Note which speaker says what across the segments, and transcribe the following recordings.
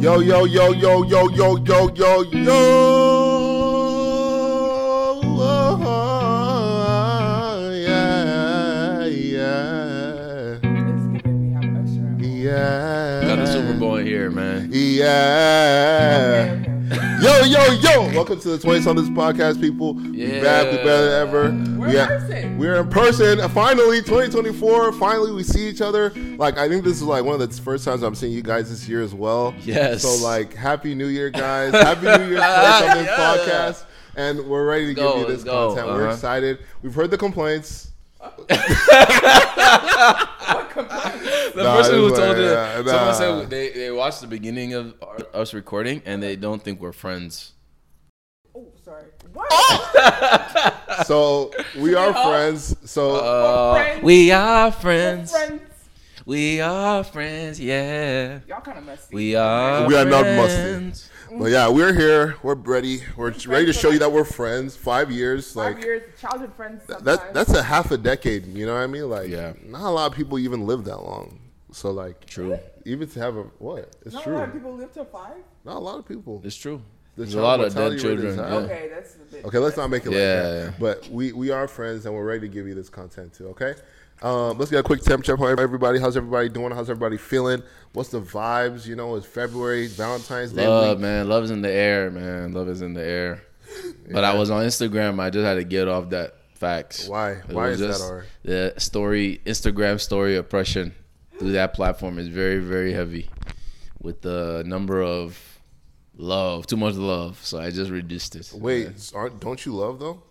Speaker 1: Yo, yo, yo, yo, yo, yo, yo, yo, yo. Yeah, yeah, yeah.
Speaker 2: Got the Super Bowl in here, man.
Speaker 1: Yeah. Yo, yo, yo! Welcome to the 20 somethings podcast, people. We
Speaker 2: Yeah.
Speaker 1: back, we better than ever.
Speaker 3: We're
Speaker 1: we
Speaker 3: in
Speaker 1: ha-
Speaker 3: person.
Speaker 1: We're in person. Finally, 2024. Finally, we see each other. Like, I think this is like one of the first times I'm seeing you guys this year as well.
Speaker 2: Yes.
Speaker 1: So, like, happy New Year, guys. Happy New Year, 20 somethings
Speaker 2: Yeah.
Speaker 1: podcast. And we're ready to
Speaker 2: go,
Speaker 1: give you this
Speaker 2: let's go.
Speaker 1: content. We're
Speaker 2: Uh-huh.
Speaker 1: excited. We've heard the complaints.
Speaker 2: The
Speaker 1: Nah,
Speaker 2: person
Speaker 1: it
Speaker 2: who
Speaker 1: was
Speaker 2: told
Speaker 1: like,
Speaker 2: you,
Speaker 1: yeah, nah.
Speaker 2: someone said they, they watched the beginning of our, us recording and they don't think we're friends.
Speaker 3: Oh, sorry.
Speaker 1: Oh!
Speaker 3: What?
Speaker 1: So, we are friends. So,
Speaker 2: Uh,
Speaker 3: Friends.
Speaker 2: we are
Speaker 1: Uh,
Speaker 2: friends.
Speaker 3: Friends.
Speaker 2: We are friends. Yeah.
Speaker 3: Y'all kind of messy.
Speaker 2: We are.
Speaker 1: We are not
Speaker 2: friends.
Speaker 1: But yeah, we're here. We're ready. We're ready to show you that we're friends. Five years,
Speaker 3: Five
Speaker 1: like
Speaker 3: years, childhood friends. Sometimes.
Speaker 1: that. That's a half a decade. You know what I mean? Like,
Speaker 2: Yeah.
Speaker 1: not a lot of people even live that long. So like,
Speaker 2: True.
Speaker 1: Even to have a what? It's
Speaker 3: Not
Speaker 1: true.
Speaker 3: a lot of people live till five.
Speaker 1: not a lot of people.
Speaker 2: It's true.
Speaker 1: The
Speaker 2: There's a
Speaker 1: child
Speaker 2: lot of dead
Speaker 1: mortality rate is
Speaker 2: children.
Speaker 1: high.
Speaker 2: yeah.
Speaker 3: Okay, that's a bit.
Speaker 1: Okay, let's not make it
Speaker 2: Yeah,
Speaker 1: like that.
Speaker 2: yeah.
Speaker 1: But we we are friends, and we're ready to give you this content too. Okay. Um, let's get a quick temp check on everybody. How's everybody doing? How's everybody feeling? What's the vibes? You know, it's February, Valentine's Day. week.
Speaker 2: Love, man. Love's in the air, man. Love is in the air. But I was on Instagram. I just had to get off that facts.
Speaker 1: Why?
Speaker 2: It
Speaker 1: Why
Speaker 2: was
Speaker 1: is that
Speaker 2: just
Speaker 1: alright?
Speaker 2: The story, Instagram story oppression through that platform is very, very heavy with the number of love, too much love. So I just reduced it.
Speaker 1: Wait, aren't, don't you love though?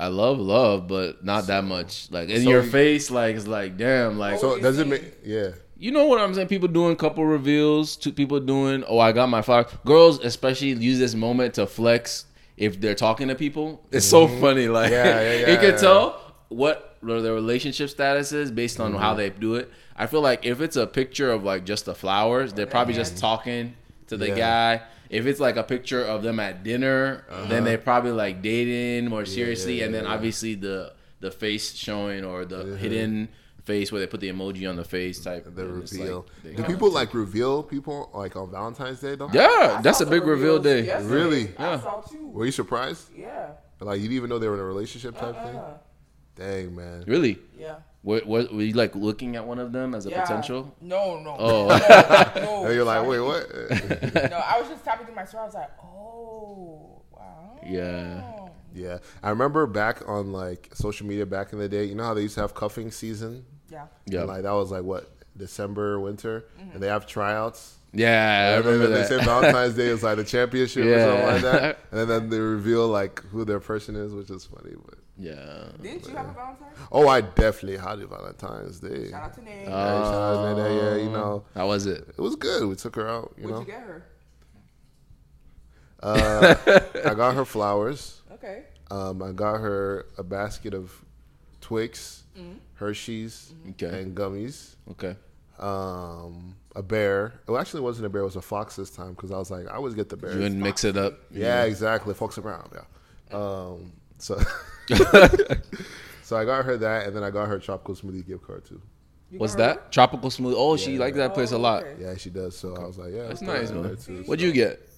Speaker 2: I love love, but not that much. Like in
Speaker 1: So
Speaker 2: your
Speaker 1: you-
Speaker 2: face, like it's like, damn, like
Speaker 1: So
Speaker 3: you
Speaker 1: does it
Speaker 3: think?
Speaker 1: make? Yeah.
Speaker 2: you know what I'm saying? People doing couple reveals, two people doing, oh, I got my flower. Girls especially use this moment to flex if they're talking to people. It's so funny. Like
Speaker 1: Mm-hmm. Yeah, yeah, yeah,
Speaker 2: you can
Speaker 1: yeah.
Speaker 2: tell what their relationship status is based on
Speaker 1: Mm-hmm.
Speaker 2: how they do it. I feel like if it's a picture of like just the flowers, they're probably just talking to the
Speaker 1: Yeah.
Speaker 2: guy. If it's like a picture of them at dinner,
Speaker 1: Uh-huh.
Speaker 2: then they're probably like dating more seriously, and then obviously the the face showing or the hidden face where they put the emoji on the face type
Speaker 1: The
Speaker 2: and it's
Speaker 1: reveal.
Speaker 2: like-
Speaker 1: Do people like reveal people like on Valentine's Day though?
Speaker 2: yeah,
Speaker 3: I
Speaker 2: that's
Speaker 3: saw
Speaker 2: a
Speaker 3: the
Speaker 2: big reveal
Speaker 3: reveals
Speaker 2: day.
Speaker 3: yesterday.
Speaker 1: Really?
Speaker 3: I
Speaker 2: Yeah.
Speaker 3: saw two.
Speaker 1: Were you surprised?
Speaker 3: Yeah.
Speaker 1: Like you didn't even know they were in a relationship type
Speaker 3: Uh,
Speaker 1: thing? Dang man.
Speaker 2: Really?
Speaker 3: yeah.
Speaker 2: What, what were you like looking at one of them as a
Speaker 3: Yeah.
Speaker 2: potential?
Speaker 3: No, no.
Speaker 2: Oh.
Speaker 3: no, no,
Speaker 1: And you're like, wait,
Speaker 3: sorry.
Speaker 1: what?
Speaker 3: No, I was just tapping through my store. I was like, oh, wow.
Speaker 2: Yeah.
Speaker 1: yeah. I remember back on like social media back in the day, you know how they used to have cuffing season?
Speaker 3: Yeah.
Speaker 2: Yeah,
Speaker 1: And, like that was like what, December, winter?
Speaker 3: Mm-hmm.
Speaker 1: And they have tryouts.
Speaker 2: yeah, I
Speaker 1: And then
Speaker 2: remember
Speaker 1: They say
Speaker 2: that.
Speaker 1: Valentine's Day is like the championship or
Speaker 2: Yeah.
Speaker 1: something like that. And then they reveal like who their person is, which is funny. But
Speaker 2: yeah,
Speaker 3: Didn't you have a Valentine's?
Speaker 1: oh, I definitely had a Valentine's Day.
Speaker 3: Shout out to Nate.
Speaker 1: Yeah,
Speaker 2: Uh,
Speaker 1: shout out to Nene, yeah, you know,
Speaker 2: that was it.
Speaker 1: it was good. We took her out. You
Speaker 3: What'd
Speaker 1: know,
Speaker 3: you get her?
Speaker 1: uh, I got her flowers.
Speaker 3: Okay.
Speaker 1: Um, I got her a basket of Twix, Hershey's,
Speaker 2: Okay.
Speaker 1: and gummies.
Speaker 2: Okay,
Speaker 1: Um, a bear. It actually wasn't a bear. It was a fox this time because I was like, I always get the bear.
Speaker 2: you wouldn't mix it up.
Speaker 1: Yeah, exactly. Fox around. Yeah. Um, so, so I got her that, and then I got her tropical smoothie gift card too.
Speaker 3: You
Speaker 2: What's
Speaker 3: got her?
Speaker 2: that? Tropical smooth. Oh, she liked that place a
Speaker 3: Oh,
Speaker 2: lot.
Speaker 3: okay.
Speaker 1: Yeah, she does. So I was like, yeah,
Speaker 2: That's
Speaker 1: let's throw
Speaker 2: nice,
Speaker 1: that in
Speaker 2: man.
Speaker 1: there, too.
Speaker 2: What'd you get?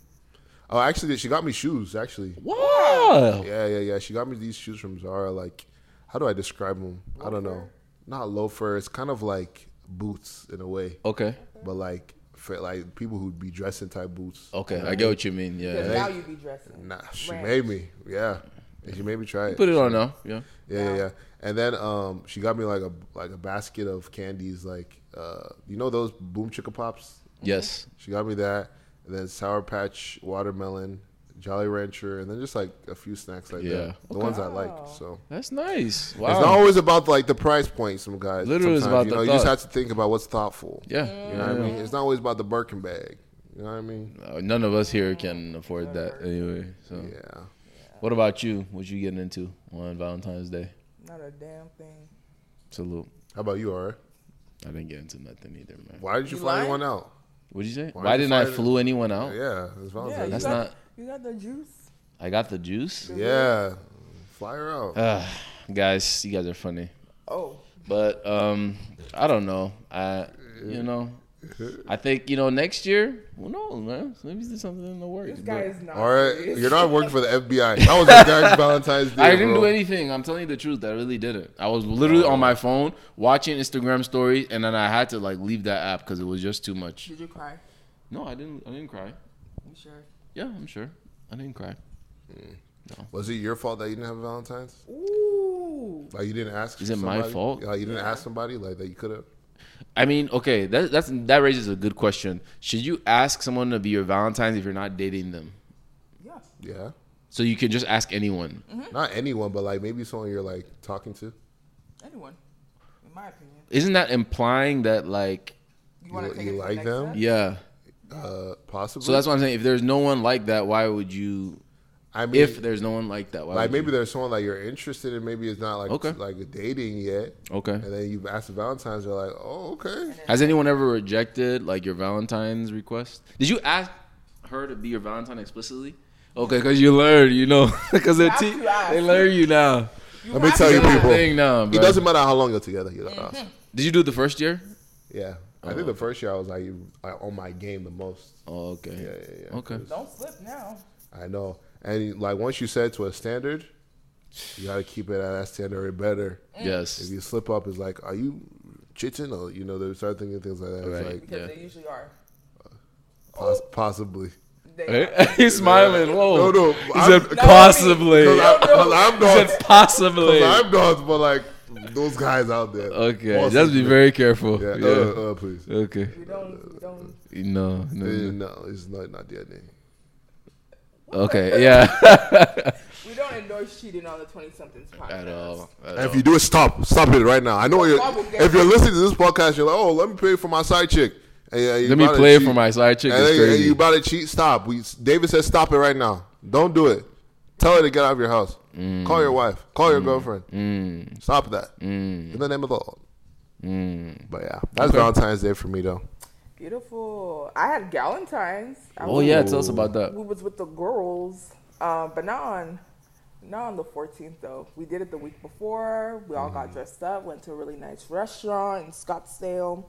Speaker 1: Oh, actually, she got me shoes. Actually,
Speaker 2: Wow.
Speaker 1: Yeah, yeah, yeah. She got me these shoes from Zara. Like, how do I describe them? I don't know. Not loafer. It's kind of like boots in a way,
Speaker 2: Okay.
Speaker 1: but like for like people who'd be dressing type boots.
Speaker 2: Okay, I get what you mean. Yeah.
Speaker 3: Because now you be dressing.
Speaker 1: Nah, she
Speaker 3: Ranch.
Speaker 1: made me. Yeah, and she made me try it.
Speaker 2: Put it on now. Yeah.
Speaker 1: Yeah, yeah, yeah. And then um, she got me like a like a basket of candies. Like, uh, you know those Boom Chicka Pops.
Speaker 2: Yes.
Speaker 1: She got me that, and then Sour Patch watermelon. Jolly Rancher, and then just like a few snacks like that.
Speaker 2: Yeah.
Speaker 1: The ones I like.
Speaker 3: Wow.
Speaker 1: So
Speaker 2: That's nice. Wow.
Speaker 1: It's not always about like the price point. Some guys
Speaker 2: Literally, it's
Speaker 1: sometimes,
Speaker 2: about
Speaker 1: you
Speaker 2: the
Speaker 1: know you just have
Speaker 2: thought.
Speaker 1: to think about what's thoughtful.
Speaker 2: yeah.
Speaker 1: You know what I
Speaker 2: Mm.
Speaker 1: mean? It's not always about the Birkin bag. You know what I mean?
Speaker 2: Uh, None of us here can afford that anyway. So,
Speaker 1: Yeah.
Speaker 2: what about you? What you getting into on Valentine's Day?
Speaker 3: Not a damn thing.
Speaker 2: Salute.
Speaker 1: How about you, Ari?
Speaker 2: I didn't get into nothing either, man.
Speaker 1: Why did you,
Speaker 3: You
Speaker 1: fly
Speaker 3: lying?
Speaker 1: anyone out?
Speaker 2: What'd you say?
Speaker 1: Why
Speaker 2: Why,
Speaker 1: did you
Speaker 2: didn't I
Speaker 1: fly-
Speaker 2: flew anyone out?
Speaker 1: Yeah, it's
Speaker 3: Yeah,
Speaker 1: Valentine's.
Speaker 3: you
Speaker 2: That's
Speaker 3: got,
Speaker 2: not-
Speaker 3: You got the juice.
Speaker 2: I got the juice.
Speaker 1: Yeah. yeah, fly her out.
Speaker 2: Uh, guys, you guys are funny.
Speaker 3: Oh,
Speaker 2: But um, I don't know. I you know I think you know next year. Who knows, man? Maybe there's something in the works.
Speaker 3: This
Speaker 2: but-
Speaker 3: guy is not.
Speaker 1: All right,
Speaker 3: serious.
Speaker 1: you're not working for the FBI. That was a Derek Valentine's Day.
Speaker 2: I didn't
Speaker 1: bro.
Speaker 2: do anything. I'm telling you the truth. I really didn't. I was literally on my phone watching Instagram stories, and then I had to like leave that app because it was just too much.
Speaker 3: Did you cry?
Speaker 2: No, I didn't. I didn't cry.
Speaker 3: You sure?
Speaker 2: Yeah, I'm sure. I didn't cry.
Speaker 1: Was it your fault that you didn't have Valentine's?
Speaker 3: Ooh.
Speaker 1: Like you didn't ask.
Speaker 2: Is it my
Speaker 1: somebody?
Speaker 2: fault?
Speaker 1: Like you didn't ask somebody like that you could have.
Speaker 2: I mean, okay, that that's that raises a good question. Should you ask someone to be your Valentine's if you're not dating them?
Speaker 3: Yeah.
Speaker 1: Yeah.
Speaker 2: So you can just ask anyone.
Speaker 3: Mm-hmm.
Speaker 1: Not anyone, but like maybe someone you're like talking to.
Speaker 3: Anyone. In my opinion.
Speaker 2: Isn't that implying that like
Speaker 3: You want
Speaker 1: You-
Speaker 3: to take
Speaker 1: you
Speaker 3: it to the
Speaker 1: like
Speaker 3: next
Speaker 1: them?
Speaker 3: step?
Speaker 2: yeah?
Speaker 1: Uh, possibly.
Speaker 2: So that's what I'm saying. If there's no one like that, why would you?
Speaker 1: I mean,
Speaker 2: If there's no one like that, why?
Speaker 1: like
Speaker 2: would
Speaker 1: maybe there's someone like you're interested in. Maybe it's not like
Speaker 2: Okay.
Speaker 1: like dating yet,
Speaker 2: you? okay.
Speaker 1: and then you've asked for Valentine's. You're like, oh okay.
Speaker 2: Has anyone ever rejected like your Valentine's request? Did you ask her to be your Valentine explicitly? Okay, because you learn, you know, because they
Speaker 3: have
Speaker 2: te-
Speaker 3: to ask.
Speaker 2: they learn you now.
Speaker 3: You
Speaker 1: Let me
Speaker 3: have
Speaker 1: tell
Speaker 3: to
Speaker 1: you,
Speaker 3: do that.
Speaker 1: people.
Speaker 2: Thing Mm-hmm. now,
Speaker 1: It
Speaker 2: bro.
Speaker 1: doesn't matter how long you're together. You're like, oh,
Speaker 2: Did you do it the first year?
Speaker 1: yeah. I think the first year I was like, you- like on my game the most.
Speaker 2: Oh, okay.
Speaker 1: Yeah, yeah, yeah.
Speaker 2: Okay.
Speaker 3: Don't slip now.
Speaker 1: I know. And like once you set it to a standard, you got to keep it at that standard or better. If
Speaker 2: Yes.
Speaker 1: you slip up, it's like, are you chitting? Or, you know, they start thinking things like that.
Speaker 2: Right.
Speaker 1: It's like,
Speaker 3: Because
Speaker 2: Yeah.
Speaker 3: they usually are.
Speaker 1: poss- possibly.
Speaker 3: They
Speaker 2: He's smiling.
Speaker 1: No,
Speaker 2: Whoa.
Speaker 1: no.
Speaker 2: He
Speaker 1: I'm-
Speaker 2: said
Speaker 1: no,
Speaker 2: possibly.
Speaker 1: Cause
Speaker 2: He
Speaker 1: I, cause I'm
Speaker 2: said
Speaker 1: dogs.
Speaker 2: possibly.
Speaker 1: Cause I'm dogs, but like those guys out there.
Speaker 2: Okay.
Speaker 1: Possibly.
Speaker 2: Just be very careful.
Speaker 1: Yeah,
Speaker 2: Yeah.
Speaker 1: Uh, uh, please.
Speaker 2: Okay.
Speaker 3: We don't. We don't.
Speaker 2: No. no,
Speaker 1: Eh,
Speaker 2: no.
Speaker 1: No, it's not not the idea.
Speaker 2: Okay. Yeah.
Speaker 3: We don't endorse cheating on the twenty somethings podcast.
Speaker 2: At all. At
Speaker 1: And if
Speaker 2: all.
Speaker 1: you do it, stop. Stop it right now. I know you're.
Speaker 3: Stop it, guys.
Speaker 1: If you're listening to this podcast, you're like, oh, let me pay for my side chick. And, yeah, you
Speaker 2: Let me
Speaker 1: about to
Speaker 2: play it for
Speaker 1: cheat.
Speaker 2: my side chick.
Speaker 1: And
Speaker 2: It's
Speaker 1: then, and you
Speaker 2: crazy.
Speaker 1: about to cheat? Stop. We David said stop it right now. Don't do it. Tell her to get out of your house.
Speaker 2: Mm.
Speaker 1: Call your wife. Call your girlfriend. Stop that.
Speaker 2: Mm.
Speaker 1: In the name of the Lord. But yeah, that's Valentine's Day for me though.
Speaker 3: Beautiful. I had Galentine's. I
Speaker 2: Oh
Speaker 3: was-
Speaker 2: yeah. Tell us about that.
Speaker 3: We was with the girls, um, but not on, not on the 14th though. We did it the week before. We all got dressed up, went to a really nice restaurant in Scottsdale.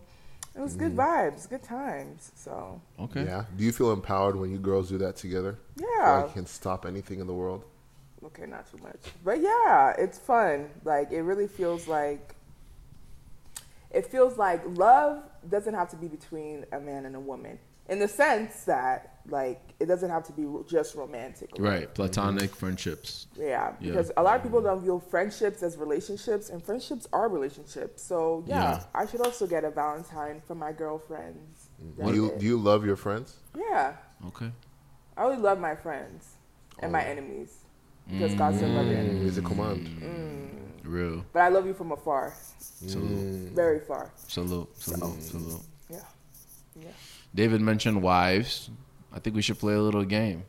Speaker 3: It was good vibes, good times. So
Speaker 2: Okay.
Speaker 1: Yeah. Do you feel empowered when you girls do that together?
Speaker 3: yeah,
Speaker 1: Like, can stop anything in the world.
Speaker 3: okay, not too much, but yeah, it's fun. Like it really feels like, it feels like love doesn't have to be between a man and a woman in the sense that like it doesn't have to be just romantic.
Speaker 2: Right.
Speaker 1: Mm-hmm.
Speaker 2: Platonic friendships.
Speaker 3: Yeah,
Speaker 2: Yeah.
Speaker 3: because a lot of people don't view friendships as relationships, and friendships are relationships. So yeah,
Speaker 2: Yeah.
Speaker 3: I should also get a Valentine from my girlfriends.
Speaker 1: Do you
Speaker 3: That's
Speaker 1: do you love your friends?
Speaker 3: it. Yeah,
Speaker 2: Okay.
Speaker 3: I really love my friends and my enemies because God said love your enemies.
Speaker 1: Is a command.
Speaker 2: Mm. Real.
Speaker 3: But I love you from afar, Mm.
Speaker 2: Salute.
Speaker 1: Mm.
Speaker 3: very far.
Speaker 2: Salute. Salute. Salute.
Speaker 3: Yeah, yeah.
Speaker 2: David mentioned wives. I think we should play a little game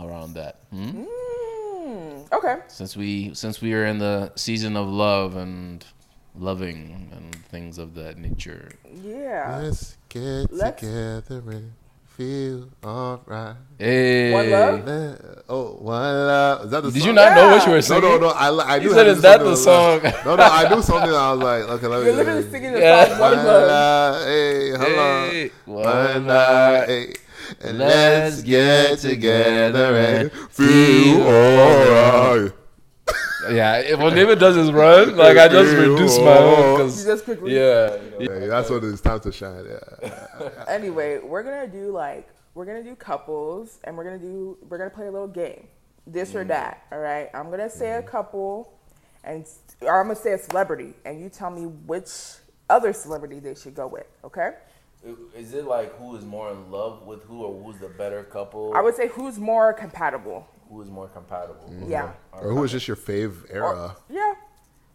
Speaker 2: around that. Hmm?
Speaker 3: Mm, okay.
Speaker 2: Since we since we are in the season of love and loving and things of that nature.
Speaker 3: Yeah.
Speaker 1: Let's get
Speaker 3: Let's-
Speaker 1: together and feel alright.
Speaker 2: Hey.
Speaker 3: One love?
Speaker 1: Let- Oh, one love. Is that the
Speaker 2: Did
Speaker 1: song?
Speaker 2: you not know what you
Speaker 3: Yeah.
Speaker 2: were
Speaker 1: No,
Speaker 2: singing?
Speaker 1: no, no. I, li- I
Speaker 2: He
Speaker 1: knew
Speaker 2: said,
Speaker 1: I
Speaker 2: "Is
Speaker 1: knew
Speaker 2: that
Speaker 1: something
Speaker 2: the
Speaker 1: I was like-
Speaker 2: song?
Speaker 1: no, no. I knew something. I was like, okay, let me.
Speaker 3: You're literally singing the
Speaker 2: Yeah.
Speaker 3: song
Speaker 1: One
Speaker 3: One Love.
Speaker 1: love, hey, hello.
Speaker 2: Hey,
Speaker 1: One
Speaker 2: one
Speaker 1: love,
Speaker 2: love.
Speaker 1: hey. And let's get together and feel alright.
Speaker 2: Yeah, if- when David does his run, like I just reduce my own
Speaker 3: You
Speaker 2: 'cause-
Speaker 3: Just quickly.
Speaker 2: yeah.
Speaker 1: Hey, that's what it's time to shine. Yeah.
Speaker 3: anyway, we're gonna do like we're gonna do couples, and we're gonna do we're gonna play a little game, this or that. All right, I'm gonna say a couple, and s- or I'm gonna say a celebrity, and you tell me which other celebrity they should go with. Okay,
Speaker 2: Is it like who is more in love with who or who's the better couple?
Speaker 3: I would say who's more compatible.
Speaker 2: who is more compatible?
Speaker 3: Yeah,
Speaker 1: Or who was just your fave
Speaker 3: Or-
Speaker 1: era?
Speaker 3: Oh, yeah.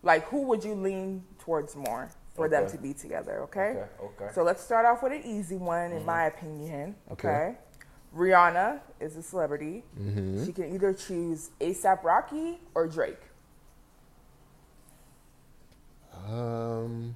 Speaker 3: Like who would you lean towards more for them
Speaker 2: Okay.
Speaker 3: to be together? Okay.
Speaker 2: Okay, okay.
Speaker 3: So let's start off with an easy one, in my opinion.
Speaker 1: Mm-hmm. Okay.
Speaker 3: Okay. Rihanna is a celebrity.
Speaker 1: Mm-hmm.
Speaker 3: She can either choose ASAP Rocky or Drake.
Speaker 1: Um,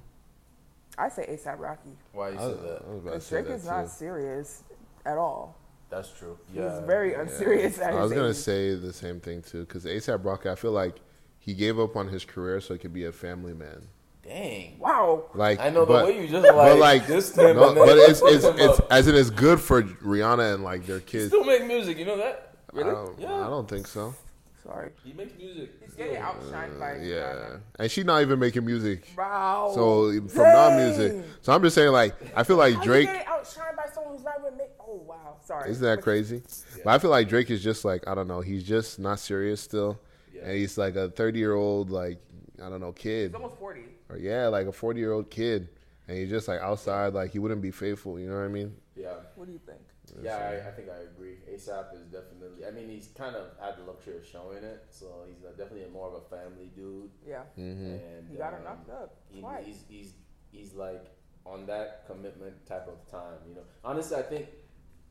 Speaker 3: I say ASAP Rocky.
Speaker 2: Why you
Speaker 1: I was, I was about to
Speaker 3: Because
Speaker 1: say
Speaker 3: Drake
Speaker 1: that
Speaker 3: is not
Speaker 1: too.
Speaker 3: serious at all.
Speaker 2: That's true.
Speaker 3: He's very unserious at his
Speaker 1: I was gonna
Speaker 3: age.
Speaker 1: say the same thing too, because ASAP Rocky, I feel like he gave up on his career so he could be a family man.
Speaker 2: Dang.
Speaker 3: Wow.
Speaker 1: Like
Speaker 4: I know the
Speaker 1: but,
Speaker 4: way you just like, dissed him
Speaker 1: no,
Speaker 4: and then
Speaker 1: but it's
Speaker 4: put
Speaker 1: it's,
Speaker 4: him
Speaker 1: it's
Speaker 4: up.
Speaker 1: as in it's good for Rihanna and like their kids.
Speaker 4: Still make music, you know that?
Speaker 1: I
Speaker 4: Really?
Speaker 1: don't,
Speaker 4: yeah.
Speaker 1: I don't think so.
Speaker 3: Sorry.
Speaker 4: He makes music.
Speaker 3: He's getting outshined by
Speaker 1: Uh, Yeah, and she's not even making music.
Speaker 3: Wow.
Speaker 1: So from non
Speaker 3: Dang.
Speaker 1: music, so I'm just saying like I feel like
Speaker 3: How
Speaker 1: Drake
Speaker 3: You getting outshined by someone who's not even make. Oh wow. Sorry.
Speaker 1: Isn't that crazy? But I feel like Drake is just like I don't know. He's just not serious still, and he's like a thirty-year-old like I don't know kid,
Speaker 3: He's almost forty.
Speaker 1: or yeah, like a forty-year-old kid, and he's just like outside. Like he wouldn't be faithful. You know what I mean?
Speaker 4: Yeah.
Speaker 3: What do you think?
Speaker 4: Yeah, I, I think I agree. ASAP is definitely. I mean, he's kind of had the luxury of showing it, so he's uh, definitely more of a family dude.
Speaker 3: Yeah.
Speaker 4: And
Speaker 3: You got her
Speaker 4: um,
Speaker 3: knocked up
Speaker 4: he-
Speaker 3: twice.
Speaker 4: he's he's he's like on that commitment type of time. You know, honestly, I think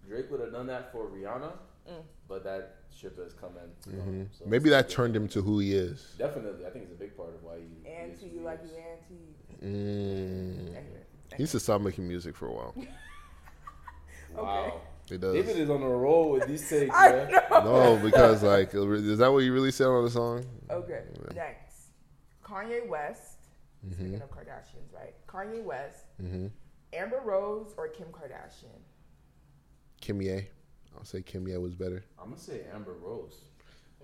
Speaker 4: Drake would have done that for Rihanna,
Speaker 3: Mm.
Speaker 4: but that ship has come in. you know, so
Speaker 1: Maybe that turned him to who he is.
Speaker 4: Definitely, I think it's a big part of why you.
Speaker 3: Auntie, you like you auntie.
Speaker 1: Mm.
Speaker 3: Anyway.
Speaker 1: He used to stop making music for a while.
Speaker 4: Wow.
Speaker 1: It does.
Speaker 4: David is on a roll with these takes,
Speaker 3: I
Speaker 4: man.
Speaker 3: know.
Speaker 1: No, because like, is that what you really said on the song?
Speaker 3: Okay. Next, Kanye West. Speaking of Kardashians, right? Kanye West,
Speaker 1: Mm-hmm.
Speaker 3: Amber Rose, or Kim Kardashian?
Speaker 1: Kim Ye. I'll say Kim Ye was better.
Speaker 4: I'm gonna say Amber Rose.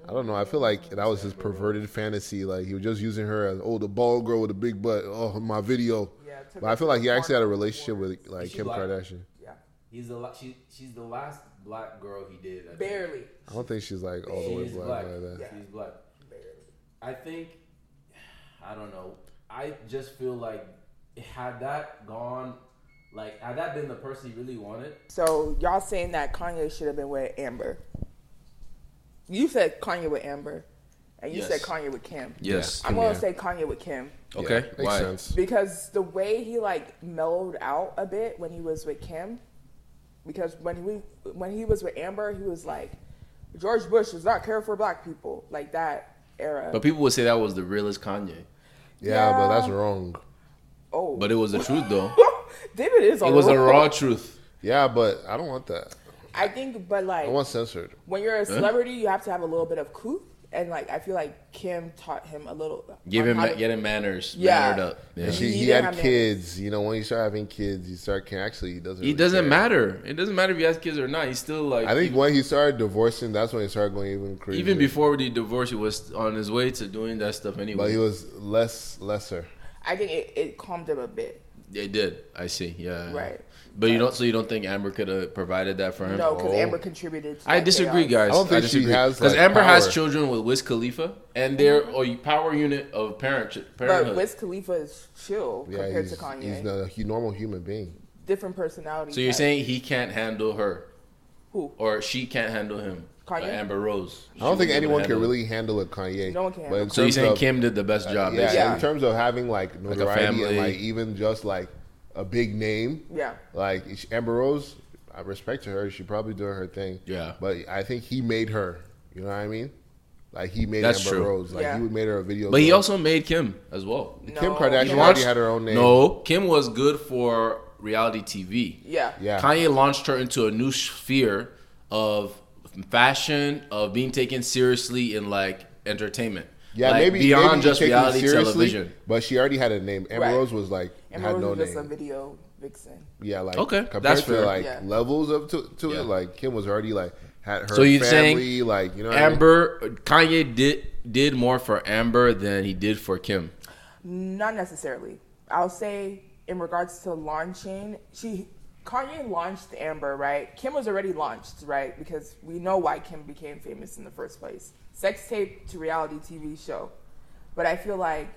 Speaker 1: I don't know. I feel like that was his perverted fantasy. Like he was just using her as oh the bald girl with the big butt. Oh my video.
Speaker 3: Yeah, it took
Speaker 1: But I
Speaker 3: us
Speaker 1: feel like he
Speaker 3: far
Speaker 1: actually had a
Speaker 3: to
Speaker 1: relationship
Speaker 3: warn.
Speaker 1: with like
Speaker 4: Is she
Speaker 1: Kim
Speaker 4: black?
Speaker 1: Kardashian.
Speaker 3: Yeah,
Speaker 4: He's the la- she, she's the last black girl he did. I think.
Speaker 3: barely,
Speaker 1: I don't think she's like all the way
Speaker 4: She's
Speaker 1: black.
Speaker 4: black.
Speaker 1: Like that.
Speaker 3: Yeah.
Speaker 4: She's black.
Speaker 3: barely.
Speaker 4: I think I don't know. I just feel like had that gone, like had that been the person he really wanted,
Speaker 3: So y'all saying that Kanye should have been with Amber? You said Kanye with Amber, and you
Speaker 2: Yes.
Speaker 3: said Kanye with Kim.
Speaker 2: Yes.
Speaker 3: I'm gonna say Kanye with Kim
Speaker 2: Okay.
Speaker 1: makes
Speaker 2: Why?
Speaker 1: sense.
Speaker 3: because the way he like mellowed out a bit when he was with Kim, because when we when he was with Amber, he was like George Bush does not care for black people like that era.
Speaker 2: But people would say that was the realest Kanye.
Speaker 1: Yeah, but that's
Speaker 3: Yeah.
Speaker 1: wrong.
Speaker 3: oh,
Speaker 2: But it was the truth though.
Speaker 3: David is.
Speaker 2: It was a raw truth.
Speaker 1: Yeah, but I don't want that.
Speaker 3: I think, but like
Speaker 1: I want censored.
Speaker 3: when you're a celebrity, you have to have a little bit of coup. And like I feel like Kim taught him a little. uh,
Speaker 2: Give
Speaker 3: on
Speaker 2: him
Speaker 3: how to-
Speaker 2: get him manners.
Speaker 3: Yeah.
Speaker 2: Mannered up. Yeah.
Speaker 1: And she,
Speaker 3: He
Speaker 1: he
Speaker 3: didn't
Speaker 1: had
Speaker 3: have that.
Speaker 1: kids. You know, when you start having kids, you start can actually he doesn't.
Speaker 2: It
Speaker 1: really
Speaker 2: doesn't
Speaker 1: care.
Speaker 2: matter. It doesn't matter if he has kids or not. He's still like
Speaker 1: I think when he started divorcing, that's when he started going even crazy.
Speaker 2: even before the divorce, he was on his way to doing that stuff
Speaker 1: but he
Speaker 2: anyway.
Speaker 1: was less lesser.
Speaker 3: I think it, it calmed him a bit.
Speaker 2: It did. I see. Yeah.
Speaker 3: Right.
Speaker 2: But you don't. So you don't think Amber could have provided that for him?
Speaker 3: No, because
Speaker 1: Oh.
Speaker 3: Amber contributed. To
Speaker 2: I
Speaker 3: that
Speaker 2: disagree,
Speaker 3: chaos.
Speaker 2: guys.
Speaker 1: I don't think she
Speaker 2: disagree.
Speaker 1: has, like,
Speaker 2: Amber
Speaker 1: power.
Speaker 2: has children with Wiz Khalifa, and they're a power unit of parent
Speaker 3: Mm-hmm. But
Speaker 2: parenthood.
Speaker 3: Wiz Khalifa is chill
Speaker 1: Yeah,
Speaker 3: compared
Speaker 1: he's,
Speaker 3: to Kanye.
Speaker 1: he's not a hu- normal human being.
Speaker 3: Different personality.
Speaker 2: so you're
Speaker 3: type.
Speaker 2: saying he can't handle her,
Speaker 3: Who?
Speaker 2: or she can't handle him?
Speaker 3: Kanye?
Speaker 2: Like Amber Rose.
Speaker 1: I don't think
Speaker 2: She wouldn't
Speaker 1: anyone
Speaker 2: handle
Speaker 1: can
Speaker 2: him.
Speaker 1: really handle it, Kanye.
Speaker 3: No one can
Speaker 1: But in
Speaker 3: handle
Speaker 2: So you're
Speaker 1: terms
Speaker 2: saying
Speaker 1: of-
Speaker 2: Kim did the best job,
Speaker 1: yeah,
Speaker 2: basically.
Speaker 3: Yeah.
Speaker 1: in terms of having like notoriety and
Speaker 2: family.
Speaker 1: like even just like a big name,
Speaker 3: Yeah.
Speaker 1: like she- Amber Rose, I respect her. She probably doing her thing.
Speaker 2: Yeah.
Speaker 1: but I think he made her. You know what I mean? Like he made
Speaker 2: That's
Speaker 1: Amber
Speaker 2: true.
Speaker 1: Rose. Like
Speaker 3: Yeah.
Speaker 1: he made her a video.
Speaker 2: But he
Speaker 1: girl.
Speaker 2: also made Kim as well.
Speaker 1: Kim
Speaker 3: No.
Speaker 1: Kardashian
Speaker 3: He
Speaker 1: already
Speaker 2: launched-
Speaker 1: had her own name.
Speaker 2: No, Kim was good for reality TV.
Speaker 3: Yeah.
Speaker 1: Yeah.
Speaker 2: Kanye launched her into a new sphere of fashion, of being taken seriously in like entertainment.
Speaker 1: Yeah,
Speaker 2: Like,
Speaker 1: maybe
Speaker 2: beyond
Speaker 1: maybe
Speaker 2: just
Speaker 1: taken
Speaker 2: reality
Speaker 1: seriously,
Speaker 2: television.
Speaker 1: But she already had a name. Amber
Speaker 3: Right.
Speaker 1: Rose was like
Speaker 3: Amber
Speaker 1: had
Speaker 3: Rose
Speaker 1: no
Speaker 3: was just a
Speaker 1: name.
Speaker 3: video vixen.
Speaker 1: yeah, like
Speaker 2: Okay,
Speaker 1: compared
Speaker 2: that's
Speaker 1: to
Speaker 2: fair.
Speaker 1: like
Speaker 3: Yeah.
Speaker 1: levels of to, to
Speaker 2: Yeah.
Speaker 1: it, like Kim was already like had her
Speaker 2: So you're saying
Speaker 1: family, like you know what I mean?
Speaker 2: Amber Kanye did did more for Amber than he did for Kim.
Speaker 3: Not necessarily. I'll say in regards to launching, she Kanye launched Amber, right? Kim was already launched, right? Because we know why Kim became famous in the first place. Sex tape to reality TV show. But I feel like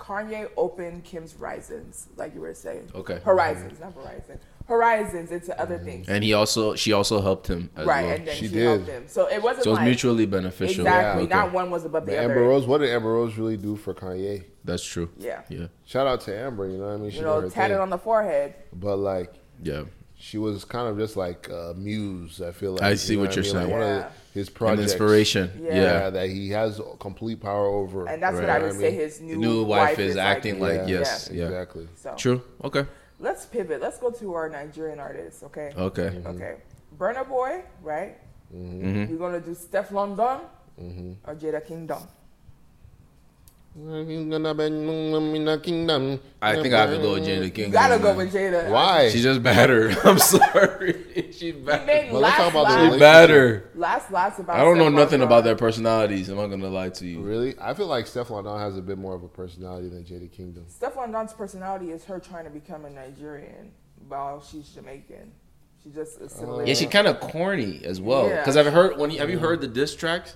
Speaker 3: Kanye opened Kim's horizons, like you were saying.
Speaker 2: Okay.
Speaker 3: Horizons, not horizon. Horizons into other things.
Speaker 2: And he also she also helped him as
Speaker 3: right,
Speaker 2: well.
Speaker 3: and then
Speaker 1: Mm-hmm. She
Speaker 3: she,
Speaker 1: did.
Speaker 3: helped him. So it wasn't
Speaker 2: so it's
Speaker 3: like
Speaker 2: mutually beneficial.
Speaker 3: exactly.
Speaker 2: Okay.
Speaker 3: Not one was above the
Speaker 1: But
Speaker 3: other.
Speaker 1: Amber Rose, what did Amber Rose really do for Kanye?
Speaker 2: That's true.
Speaker 3: Yeah.
Speaker 2: Yeah.
Speaker 1: Shout out to Amber, you know what I mean? She
Speaker 3: you
Speaker 1: did
Speaker 3: know,
Speaker 1: her thing.
Speaker 3: tatted on the forehead.
Speaker 1: but like
Speaker 2: Yeah.
Speaker 1: she was kind of just like a muse. I feel like
Speaker 2: I see
Speaker 1: you know
Speaker 2: what you're
Speaker 1: I mean?
Speaker 2: saying.
Speaker 1: Like one
Speaker 3: Yeah.
Speaker 1: of his
Speaker 2: And
Speaker 1: projects,
Speaker 2: inspiration.
Speaker 3: Yeah.
Speaker 1: Yeah.
Speaker 2: yeah.
Speaker 1: that he has complete power over.
Speaker 3: And that's what
Speaker 1: Right.
Speaker 3: I would
Speaker 1: You know
Speaker 3: say
Speaker 1: mean?
Speaker 3: his new,
Speaker 2: new wife is acting like,
Speaker 1: Yeah.
Speaker 2: yes. Yeah.
Speaker 1: exactly.
Speaker 3: So
Speaker 2: True. Okay.
Speaker 3: let's pivot. Let's go to our Nigerian artists, okay?
Speaker 2: Okay.
Speaker 3: Okay. Burner Boy, right? We're gonna do Steph London or Jada Kingdom.
Speaker 2: I think I have to go with Jada King.
Speaker 3: You gotta go with Jada.
Speaker 1: Why?
Speaker 2: She's just better. I'm sorry. She's
Speaker 3: Been
Speaker 2: better.
Speaker 1: Well, let's
Speaker 3: lots,
Speaker 1: talk about the
Speaker 3: lots-
Speaker 1: relationship.
Speaker 2: Better.
Speaker 3: lots, lots about.
Speaker 2: I don't know
Speaker 3: Stefan
Speaker 2: nothing
Speaker 3: Curry.
Speaker 2: about their personalities. I'm not gonna lie to you.
Speaker 1: really? I feel like Stefan Don has a bit more of a personality than Jada Kingdom.
Speaker 3: Stefan Don's personality is her trying to become a Nigerian while she's Jamaican. She just assimilated.
Speaker 2: Yeah, she's kind of corny as well.
Speaker 3: Yeah.
Speaker 2: Because I've heard when you, have you heard the diss tracks?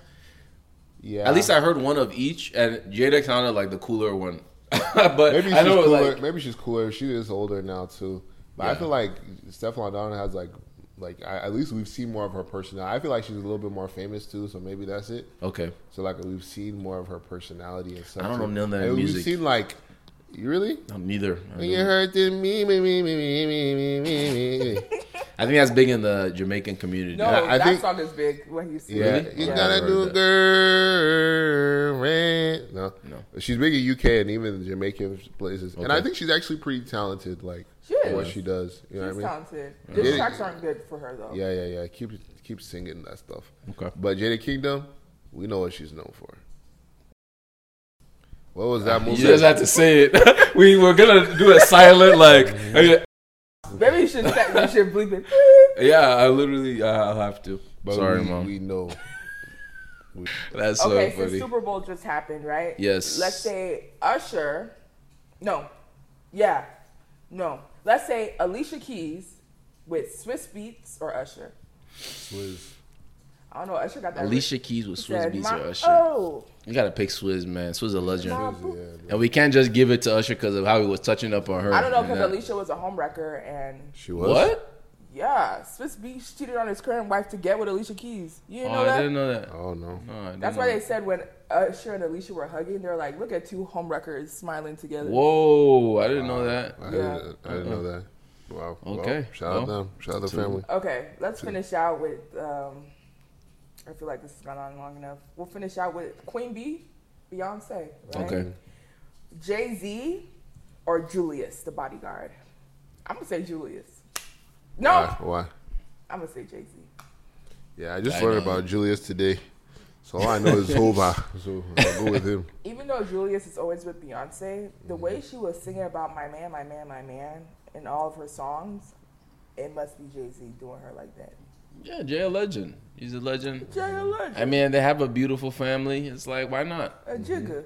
Speaker 1: Yeah.
Speaker 2: At least I heard one of each, and Jada sounded like the cooler one. but
Speaker 1: Maybe she's
Speaker 2: I know
Speaker 1: cooler.
Speaker 2: like
Speaker 1: maybe she's cooler. She is older now too. But I
Speaker 2: Yeah.
Speaker 1: feel like Stefan Don has like like I, at least we've seen more of her personality. I feel like she's a little bit more famous too, so maybe that's it.
Speaker 2: okay,
Speaker 1: So like we've seen more of her personality and stuff.
Speaker 2: I don't know
Speaker 1: too.
Speaker 2: none of that
Speaker 1: And
Speaker 2: music.
Speaker 1: We've seen like you really.
Speaker 2: no, neither. I,
Speaker 1: When you
Speaker 2: don't-
Speaker 1: heard the me me me me me me me me me.
Speaker 2: I think that's big in the Jamaican community.
Speaker 3: No,
Speaker 1: I- I
Speaker 3: that
Speaker 1: think-
Speaker 3: song is big when you see
Speaker 1: Yeah,
Speaker 3: it.
Speaker 2: Really?
Speaker 1: you
Speaker 2: Yeah.
Speaker 1: gotta
Speaker 2: I've
Speaker 1: do
Speaker 2: heard that.
Speaker 1: girl. man. No,
Speaker 2: No.
Speaker 1: She's big in UK and even Jamaican places, and I
Speaker 2: Okay.
Speaker 1: think she's actually pretty talented. Like
Speaker 3: She
Speaker 1: for what
Speaker 3: is.
Speaker 1: she does. You know
Speaker 3: She's
Speaker 1: what I mean?
Speaker 3: talented.
Speaker 1: Yeah.
Speaker 3: Diss tracks aren't good for her though.
Speaker 1: Yeah, yeah, yeah. Keep keep singing that stuff.
Speaker 2: Okay.
Speaker 1: But Jada Kingdom, we know what she's known for. What was that movie?
Speaker 2: You just had to say it. we were gonna do a silent like.
Speaker 3: Maybe you should set, you should bleep it.
Speaker 2: Yeah, I literally I- I'll have to.
Speaker 1: But
Speaker 2: Sorry,
Speaker 1: we,
Speaker 2: mom.
Speaker 1: We know.
Speaker 2: That's so
Speaker 3: okay, so
Speaker 2: funny.
Speaker 3: Super Bowl just happened, right?
Speaker 2: Yes.
Speaker 3: Let's say Usher. No. Yeah. No. Let's say Alicia Keys with Swiss Beats or Usher.
Speaker 1: Swizz.
Speaker 3: I don't know. Usher got that.
Speaker 2: Alicia Keys with Swizz
Speaker 3: said,
Speaker 2: Beats
Speaker 3: "My-
Speaker 2: or Usher.
Speaker 3: Oh.
Speaker 2: You gotta pick Swizz, man. Swizz a legend.
Speaker 3: My-
Speaker 1: Yeah,
Speaker 2: And we can't just give it to Usher because of how he was touching up on her.
Speaker 3: I don't know
Speaker 2: and
Speaker 3: because
Speaker 2: that-
Speaker 3: Alicia was a homewrecker and
Speaker 1: she was.
Speaker 2: What?
Speaker 3: yeah, Swiss Beats cheated on his current wife to get with Alicia Keys. You
Speaker 2: Oh,
Speaker 3: didn't know
Speaker 2: I
Speaker 3: that?
Speaker 2: didn't know that.
Speaker 1: Oh no.
Speaker 2: Oh, I didn't
Speaker 3: That's
Speaker 2: know
Speaker 3: why they
Speaker 2: that.
Speaker 3: said when Usher and Alicia were hugging, they're like, look at two homewreckers smiling together.
Speaker 2: Whoa! I didn't know that.
Speaker 1: I,
Speaker 3: Yeah.
Speaker 1: didn't, I didn't know that. Wow. Well,
Speaker 2: Uh-uh. Okay.
Speaker 1: shout out
Speaker 2: Well,
Speaker 1: them. Shout out the
Speaker 2: to-
Speaker 1: family.
Speaker 3: Okay, let's finish out with. Um, I feel like this has gone on long enough. We'll finish out with Queen B, Beyonce, right?
Speaker 2: Okay.
Speaker 3: Jay Z, or Julius, the bodyguard. I'm gonna say Julius. No,
Speaker 1: Why? Why?
Speaker 3: I'm gonna say Jay Z.
Speaker 1: Yeah, I just
Speaker 2: I
Speaker 1: learned
Speaker 2: know.
Speaker 1: about Julius today. So all I know is Hova. So I'll go with him.
Speaker 3: Even though Julius is always with Beyonce, the way she was singing about my man, my man, my man in all of her songs, it must be Jay Z doing her like that.
Speaker 2: Yeah, Jay a legend. He's a legend.
Speaker 3: Jay a legend,
Speaker 2: I mean, they have a beautiful family. It's like, why not?
Speaker 3: a jigger.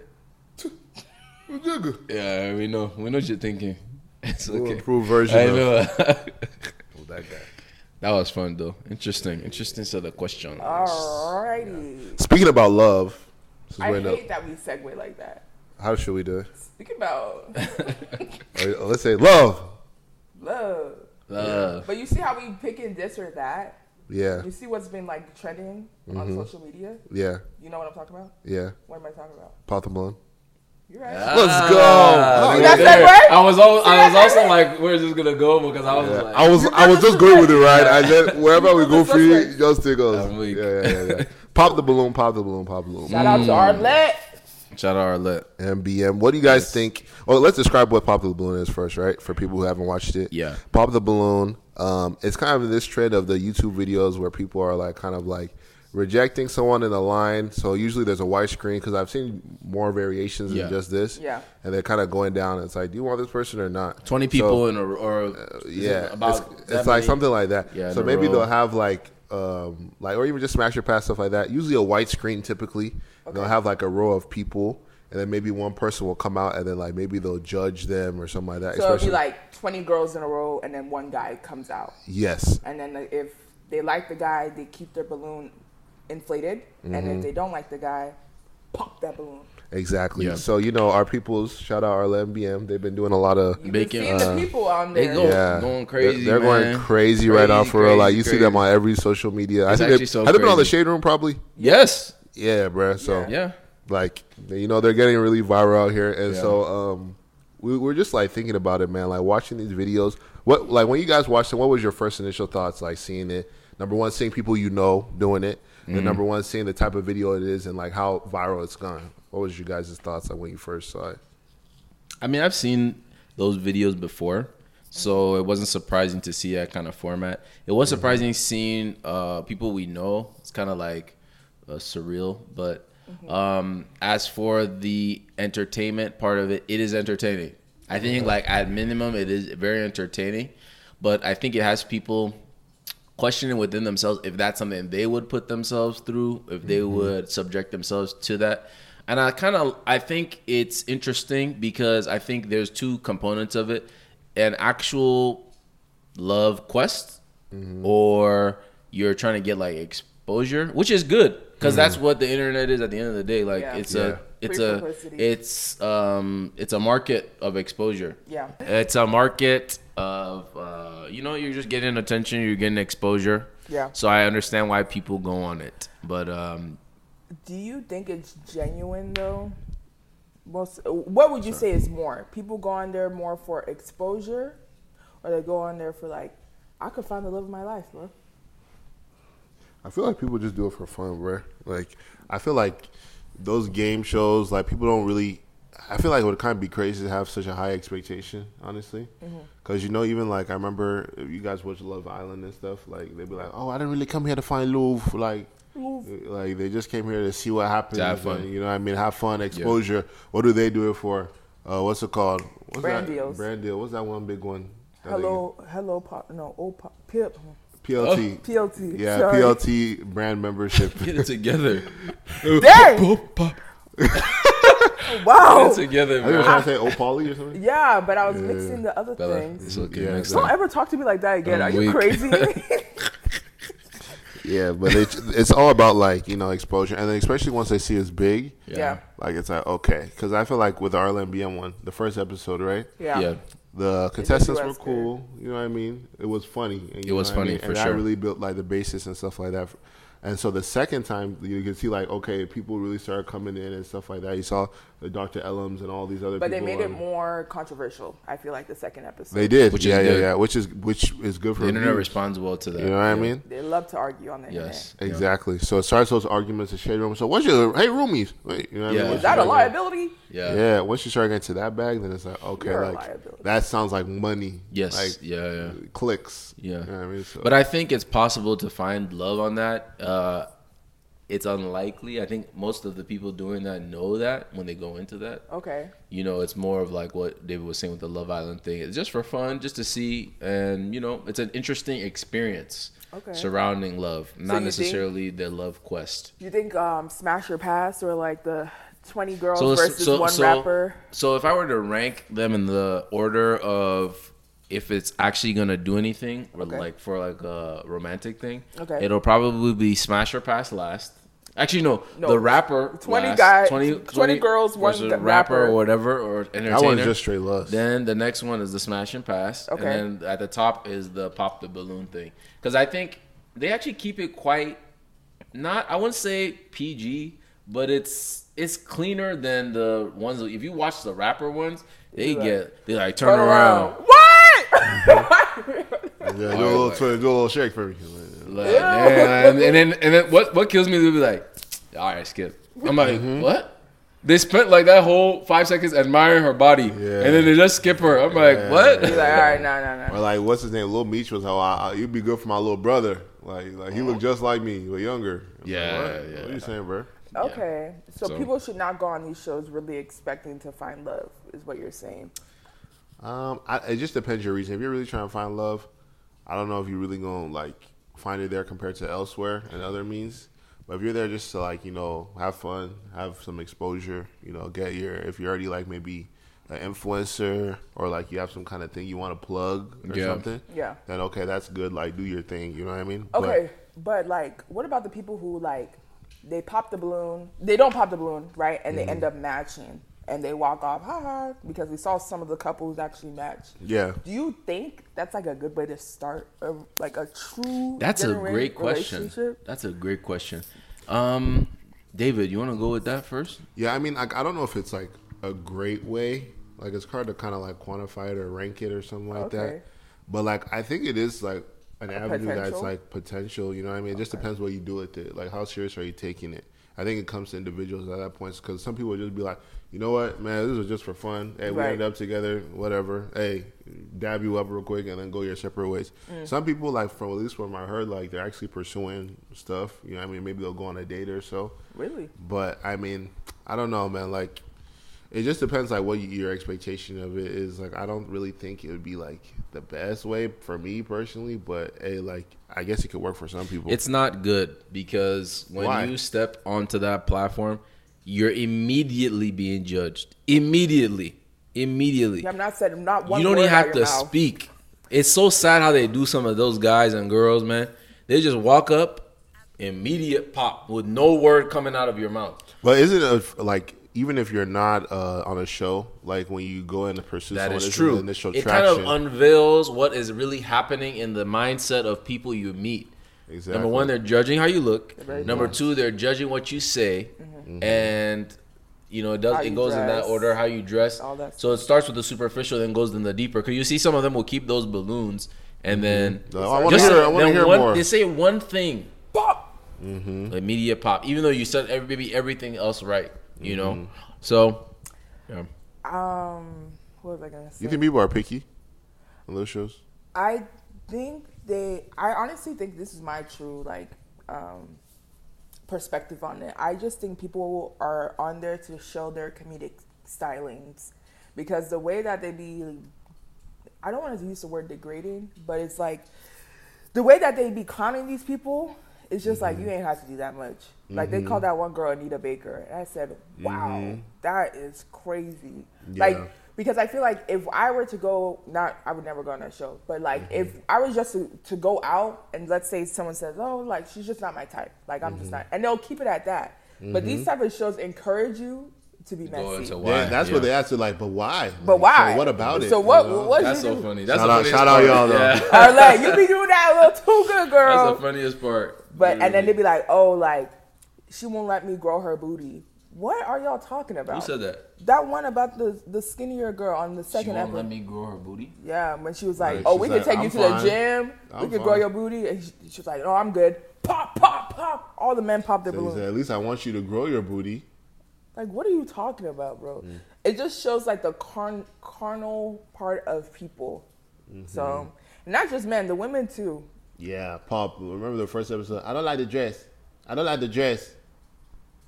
Speaker 1: Jigga.
Speaker 2: Yeah, we know. We know what you're thinking. It's
Speaker 1: Little
Speaker 2: okay.
Speaker 1: Improved version
Speaker 2: I
Speaker 1: of Oh,
Speaker 2: know.
Speaker 1: that guy.
Speaker 2: that was fun though. Interesting. Interesting set of questions.
Speaker 3: Alrighty.
Speaker 1: Speaking about love, this is
Speaker 3: I
Speaker 1: right up.
Speaker 3: hate that we segue like that.
Speaker 1: How should we do it?
Speaker 3: Speaking about
Speaker 1: Or let's say love.
Speaker 3: love,
Speaker 2: Love.
Speaker 3: but you see how we picking this or that.
Speaker 1: Yeah,
Speaker 3: You see what's been like trending on
Speaker 2: Mm-hmm.
Speaker 3: social media.
Speaker 1: yeah,
Speaker 3: You know what I'm talking about?
Speaker 1: yeah.
Speaker 3: What am I talking about?
Speaker 1: Pop the balloon.
Speaker 3: You're right.
Speaker 1: Let's go.
Speaker 2: Ah,
Speaker 1: Oh,
Speaker 2: look
Speaker 3: yeah.
Speaker 2: at
Speaker 3: That's that
Speaker 2: there.
Speaker 3: word?
Speaker 2: I was all, I
Speaker 3: That's
Speaker 2: was
Speaker 3: that
Speaker 2: also
Speaker 3: word?
Speaker 2: like, where's this gonna go? Because I was like,
Speaker 1: I was I was just going with it, right? I said wherever we go
Speaker 3: That's
Speaker 1: for you,
Speaker 3: right.
Speaker 1: just take us.
Speaker 2: I'm weak.
Speaker 1: Yeah, yeah, yeah, yeah. Pop the balloon, pop the balloon, pop the balloon. Mm.
Speaker 3: Shout out to
Speaker 2: Mm.
Speaker 3: Arlette.
Speaker 2: shout out Arlette.
Speaker 1: MBM. What do you guys think? Well, let's describe what Pop the Balloon is first, right? For people who haven't watched it.
Speaker 2: Yeah.
Speaker 1: Pop the Balloon. Um, it's kind of this trend of the YouTube videos where people are like kind of like rejecting someone in a line. So usually there's a white screen because I've seen more variations
Speaker 2: Yeah.
Speaker 1: than just this.
Speaker 3: Yeah.
Speaker 1: And they're kind of going down. It's like, do you want this person or not?
Speaker 2: Twenty
Speaker 1: So- uh,
Speaker 2: people in a or
Speaker 1: yeah,
Speaker 2: about
Speaker 1: it's,
Speaker 2: that
Speaker 1: it's like
Speaker 2: many-
Speaker 1: something like that.
Speaker 2: Yeah,
Speaker 1: so
Speaker 2: in a
Speaker 1: maybe
Speaker 2: row.
Speaker 1: they'll have like, um, like, or even just smash your pass stuff like that. Usually a white screen, typically. They'll have like a row of people, and then maybe one person will come out, and then like maybe they'll judge them or something like that.
Speaker 3: So it'll be like 20 girls in a row, and then one guy comes out.
Speaker 1: yes,
Speaker 3: And then if they like the guy, they keep their balloon inflated. And
Speaker 2: Mm-hmm.
Speaker 3: if they don't like the guy, pop that balloon.
Speaker 1: exactly.
Speaker 2: Yeah.
Speaker 1: So you know our peoples. Shout out our MBM. They've been doing a lot of.
Speaker 3: You've
Speaker 2: Bacon,
Speaker 3: been seeing
Speaker 2: uh,
Speaker 3: the people on
Speaker 2: they
Speaker 3: there.
Speaker 2: go-
Speaker 1: Yeah,
Speaker 2: Going
Speaker 1: They're-
Speaker 2: crazy,
Speaker 1: They're,
Speaker 2: man.
Speaker 1: going crazy right now
Speaker 2: Crazy,
Speaker 1: for real. Like you see
Speaker 2: crazy,
Speaker 1: them on every social media.
Speaker 2: It's
Speaker 1: I think
Speaker 2: actually
Speaker 1: they,
Speaker 2: so
Speaker 1: have they been on the
Speaker 2: crazy.
Speaker 1: shade room probably.
Speaker 2: Yes.
Speaker 1: Yeah, bruh. So
Speaker 3: Yeah.
Speaker 2: Yeah.
Speaker 1: like you know they're getting really viral out here and
Speaker 2: Yeah.
Speaker 1: so um we, we're just like thinking about it man like watching these videos what like when you guys watched it what was your first initial thoughts like seeing it number one seeing people you know doing it
Speaker 2: Mm-hmm.
Speaker 1: and number one seeing the type of video it is and like how viral it's gone what was your guys' thoughts like when you first saw it
Speaker 2: I mean, I've seen those videos before, so it wasn't surprising to see that kind of format. It was
Speaker 1: Mm-hmm.
Speaker 2: surprising seeing uh, people we know. It's kind of like uh, surreal, but Um, as for the entertainment part of it, it is entertaining. I think
Speaker 1: Mm-hmm.
Speaker 2: like at minimum, it is very entertaining, but I think it has people questioning within themselves if that's something they would put themselves through, if they would subject themselves to that. And I kind of I think it's interesting because I think there's two components of it: an actual love quest or you're trying to get like exposure, which is good because that's what the internet is at the end of the day. Like
Speaker 3: Yeah.
Speaker 2: it's
Speaker 1: Yeah.
Speaker 2: a it's a
Speaker 3: Pre-publicity.
Speaker 2: it's um it's a market of exposure.
Speaker 3: Yeah.
Speaker 2: It's a market of uh you know you're just getting attention, you're getting exposure.
Speaker 3: Yeah.
Speaker 2: So I understand why people go on it. But um
Speaker 3: Do you think it's genuine though? Most, what would you say is more? People go on there more for exposure, or they go on there for like, I could find the love of my life, bro.
Speaker 1: I feel like people just do it for fun, bro. Like I feel like those game shows, like people don't really. I feel like it would kind of be crazy to have such a high expectation, honestly,
Speaker 3: Mm-hmm.
Speaker 1: because you know, even like I remember if you guys watch Love Island and stuff. Like they'd be like, "Oh, I didn't really come here to find love." Like, like they just came here to see what happens.
Speaker 2: To have fun.
Speaker 1: and, you know, what I mean, have fun, exposure. What do they do it for? Uh, what's it called? What's
Speaker 3: Brand
Speaker 1: that?
Speaker 3: deals.
Speaker 1: Brand deal. What's that one big one? that they-
Speaker 3: Hello, Oh, hello, pop, no, oh, old pop, pip,
Speaker 1: PLT.
Speaker 3: PLT.
Speaker 1: Yeah,
Speaker 3: sorry.
Speaker 1: PLT brand membership.
Speaker 2: get it together.
Speaker 3: Dang! Wow.
Speaker 2: Get it
Speaker 1: I think I was
Speaker 2: together, bro.
Speaker 1: trying to say O Polly or something.
Speaker 3: Yeah, but I was mixing the other
Speaker 2: Bella,
Speaker 3: things.
Speaker 2: it's okay.
Speaker 1: Yeah,
Speaker 2: next
Speaker 1: Bella.
Speaker 3: Don't
Speaker 2: time.
Speaker 3: ever talk to me like that again.
Speaker 2: I'm
Speaker 3: Are you
Speaker 2: weak.
Speaker 3: crazy?
Speaker 1: Yeah, but it, it's all about like you know exposure, and then especially once they see us big,
Speaker 3: yeah.
Speaker 1: like it's like okay, because I feel like with the RLMBM one, the first episode, right?
Speaker 3: Yeah.
Speaker 2: yeah.
Speaker 1: The contestants
Speaker 3: us
Speaker 1: were cool. You know what I mean? It was funny. and you
Speaker 2: It was
Speaker 1: know what I
Speaker 2: funny,
Speaker 1: mean?
Speaker 2: for
Speaker 1: and
Speaker 2: sure.
Speaker 1: that really built like the basis and stuff like that. And so the second time, you could see like okay, people really started coming in and stuff like that. You saw the Dr. Ellums and all these other.
Speaker 3: But they
Speaker 1: people
Speaker 3: made it
Speaker 1: and-
Speaker 3: more controversial, I feel like the second episode.
Speaker 1: They did,
Speaker 2: Which is
Speaker 1: yeah, yeah,
Speaker 2: good.
Speaker 1: yeah. Which is which is good for
Speaker 2: The internet
Speaker 1: views.
Speaker 2: responds well to that.
Speaker 1: You know what I
Speaker 2: Yeah.
Speaker 1: mean?
Speaker 3: They love to argue on the
Speaker 2: Yes. Yeah.
Speaker 1: Exactly. So it starts those arguments in shade room. So what's your hey roomies? Wait, you know what
Speaker 2: Yeah.
Speaker 1: I mean?
Speaker 3: internet.
Speaker 1: Once
Speaker 3: Is that
Speaker 1: you
Speaker 3: a
Speaker 1: start
Speaker 3: liability?
Speaker 2: Yeah.
Speaker 1: getting-
Speaker 2: yeah.
Speaker 1: Yeah. Once you start getting to that bag, then it's like okay,
Speaker 3: You're a liability.
Speaker 1: like that sounds like money.
Speaker 2: Yes.
Speaker 1: Like
Speaker 2: yeah. Yeah.
Speaker 1: clicks.
Speaker 2: Yeah.
Speaker 1: You know what I mean? So,
Speaker 2: But I think it's possible to find love on that. Uh, it's unlikely. I think most of the people doing that know that when they go into that.
Speaker 3: Okay.
Speaker 2: You know, it's more of like what David was saying with the Love Island thing. It's just for fun, just to see, and you know, it's an interesting experience
Speaker 3: Okay.
Speaker 2: surrounding love, not
Speaker 3: you think-
Speaker 2: necessarily the love quest.
Speaker 3: Do you think um, Smash or Pass or like the 20 girls
Speaker 2: So,
Speaker 3: versus
Speaker 2: so,
Speaker 3: one
Speaker 2: so,
Speaker 3: rapper?
Speaker 2: so if I were to rank them in the order of if it's actually gonna do anything, or
Speaker 3: Okay.
Speaker 2: like for like a romantic thing,
Speaker 3: Okay.
Speaker 2: it'll probably be smash or pass last. Actually, no,
Speaker 3: No,
Speaker 2: the rapper,
Speaker 3: 20
Speaker 2: last,
Speaker 3: guy- 20 girls, one
Speaker 2: versus
Speaker 3: g- rapper.
Speaker 2: or whatever, or
Speaker 1: that
Speaker 2: entertainer.
Speaker 1: one's just straight lust.
Speaker 2: Then the next one is the smash and pass.
Speaker 3: Okay.
Speaker 2: And then at the top is the pop the balloon thing. Because I think they actually keep it quite not I wouldn't say PG, but it's it's cleaner than the ones if you watch the rapper ones, they
Speaker 3: You're
Speaker 2: get they like turn,
Speaker 3: Turn
Speaker 2: around.
Speaker 3: around. What?
Speaker 1: yeah, do a little twist, do a little shake for me.
Speaker 2: Like, man, and, and then and then what what kills me is they'll be like, all right, skip. I'm like, what? They spent like that whole five seconds admiring her body, and then they just skip her. I'm like,
Speaker 1: Yeah.
Speaker 2: what?
Speaker 3: He's like, all right, no, no,
Speaker 1: Or
Speaker 3: no.
Speaker 1: like what's his name? Lil Meech was how I, I you'd be good for my little brother. Like like he looked just like me, but younger. I'm like,
Speaker 2: Yeah,
Speaker 1: what?
Speaker 2: yeah.
Speaker 1: What are you saying, bro?
Speaker 3: Okay. So,
Speaker 2: So-
Speaker 3: people should not go on these shows really expecting to find love, is what you're saying.
Speaker 1: Um, I, it just depends your reason. If you're really trying to find love, I don't know if you're really gonna like find it there compared to elsewhere and other means. But if you're there just to like you know have fun, have some exposure, you know, get your if you're already like maybe an influencer or like you have some kind of thing you want to plug or
Speaker 2: Yeah.
Speaker 1: something,
Speaker 3: Yeah.
Speaker 1: then okay, that's good. Like do your thing. You know what I mean? But-
Speaker 3: Okay, but, like, what about the people who like they pop the balloon? They don't pop the balloon, right? And
Speaker 2: Mm-hmm.
Speaker 3: they end up matching, and they walk off, haha, because we saw some of the couples actually match.
Speaker 1: yeah.
Speaker 3: Do you think that's like a good way to start a like a true?
Speaker 2: That's a
Speaker 3: genuine
Speaker 2: great question.
Speaker 3: relationship?
Speaker 2: That's a great question. Um, David, you want to go with that first?
Speaker 1: Yeah, I mean, like I don't know if it's like a great way. Like it's hard to kind of like quantify it or rank it or something like
Speaker 3: Okay.
Speaker 1: that. But like I think it is like an avenue that's
Speaker 3: potential.
Speaker 1: like potential. You know what I mean? It just depends what you do with it. Like how serious are you taking it? I think it comes to individuals at that point because some people would just be like, you know what, man, this was just for fun. Hey, we
Speaker 3: Right.
Speaker 1: ended up together, whatever. Hey, dab you up real quick and then go your separate ways.
Speaker 3: Mm.
Speaker 1: Some people, like from at least from I heard, like they're actually pursuing stuff. You know what I mean? Maybe they'll go on a date or so.
Speaker 3: Really?
Speaker 1: But I mean, I don't know, man. Like, it just depends, like, what you, your expectation of it is. Like, I don't really think it would be like the best way for me personally, but hey, like, I guess it could work for some people.
Speaker 2: It's not good because when
Speaker 1: Why?
Speaker 2: you step onto that platform, you're immediately being judged. Immediately. Immediately.
Speaker 3: I'm not said not one.
Speaker 2: you don't
Speaker 3: word
Speaker 2: even
Speaker 3: out
Speaker 2: have to
Speaker 3: your mouth.
Speaker 2: speak. It's so sad how they do some of those guys and girls, man. They just walk up, immediate pop with no word coming out of your mouth.
Speaker 1: but isn't it like even if you're not uh, on a show, like when you go in to pursue
Speaker 2: That
Speaker 1: someone,
Speaker 2: is
Speaker 1: this
Speaker 2: true.
Speaker 1: the initial
Speaker 2: it
Speaker 1: traction.
Speaker 2: kind of unveils what is really happening in the mindset of people you meet. Number
Speaker 1: Exactly.
Speaker 2: one, they're judging how you look. Number two, they're judging what you say,
Speaker 1: Mm-hmm.
Speaker 2: and you know it does.
Speaker 3: Mm-hmm. How
Speaker 2: it
Speaker 3: you
Speaker 2: goes in that
Speaker 3: dress.
Speaker 2: order, how you dress.
Speaker 3: All that
Speaker 2: so it starts with the superficial, then goes in the deeper. Because you see, some of them will keep those balloons, and then
Speaker 1: Mm-hmm. No, I wanna
Speaker 2: Just-
Speaker 1: hear- I wanna
Speaker 2: then
Speaker 1: hear
Speaker 2: one-
Speaker 1: more. Mm-hmm.
Speaker 2: They say one thing, pop, immediate pop. Even though you said every maybe everything else right, you
Speaker 1: Mm-hmm.
Speaker 2: know. So, yeah.
Speaker 3: Um, what was I gonna say?
Speaker 1: you think people are picky on those shows?
Speaker 3: I think they. I honestly think this is my true like um, perspective on it. I just think people are on there to show their comedic stylings because the way that they be, I don't want to use the word degrading, but it's like the way that they be clowning these people. It's just like you ain't have to do that much. Like they called that one girl Anita Baker, and I said, "Wow, that is crazy."
Speaker 1: Yeah.
Speaker 3: Like because I feel like if I were to go, not I would never go on that show, but like if I was just to, to go out and let's say someone says, oh, like she's just not my type, like I'm just not, and they'll keep it at that. But these type of shows encourage you to be
Speaker 2: Go
Speaker 3: messy.
Speaker 2: into
Speaker 1: Yeah,
Speaker 2: why,
Speaker 1: that's
Speaker 2: yeah.
Speaker 1: what they ask. you, Like, but why?
Speaker 3: but
Speaker 1: Like,
Speaker 3: why?
Speaker 1: So what about it?
Speaker 3: So
Speaker 1: you
Speaker 3: what?
Speaker 1: know?
Speaker 3: What?
Speaker 2: That's
Speaker 3: you
Speaker 2: so
Speaker 3: do?
Speaker 2: funny. That's
Speaker 1: Shout
Speaker 2: the
Speaker 1: out-
Speaker 2: funniest
Speaker 1: shout out
Speaker 2: part.
Speaker 1: y'all, though.
Speaker 2: Yeah.
Speaker 3: Or like you be doing that a little too good,
Speaker 2: That's the
Speaker 3: girl.
Speaker 2: funniest part.
Speaker 3: But and then they'd be like, oh, like she won't let me grow her booty. What are y'all talking about?
Speaker 2: who said that?
Speaker 3: That one about the the skinnier girl on the second episode.
Speaker 2: me grow her booty.
Speaker 3: Yeah, when she was like,
Speaker 1: Right,
Speaker 3: "Oh,
Speaker 1: she's
Speaker 3: we
Speaker 1: like,
Speaker 3: can take
Speaker 1: "I'm
Speaker 3: you to
Speaker 1: fine.
Speaker 3: the gym.
Speaker 1: I'm
Speaker 3: we can grow
Speaker 1: fine."
Speaker 3: your booty." And she, she was like, "No, I'm good." Pop, pop, pop. All the men popped their
Speaker 1: So he
Speaker 3: balloons.
Speaker 1: said, at least I want you to grow your booty.
Speaker 3: Like, what are you talking about, bro?
Speaker 1: Mm.
Speaker 3: It just shows like the carn- carnal part of people.
Speaker 1: Mm-hmm.
Speaker 3: So, not just men, the women too.
Speaker 1: Yeah, Pop. Remember the first episode? I don't like the dress. I don't like the dress.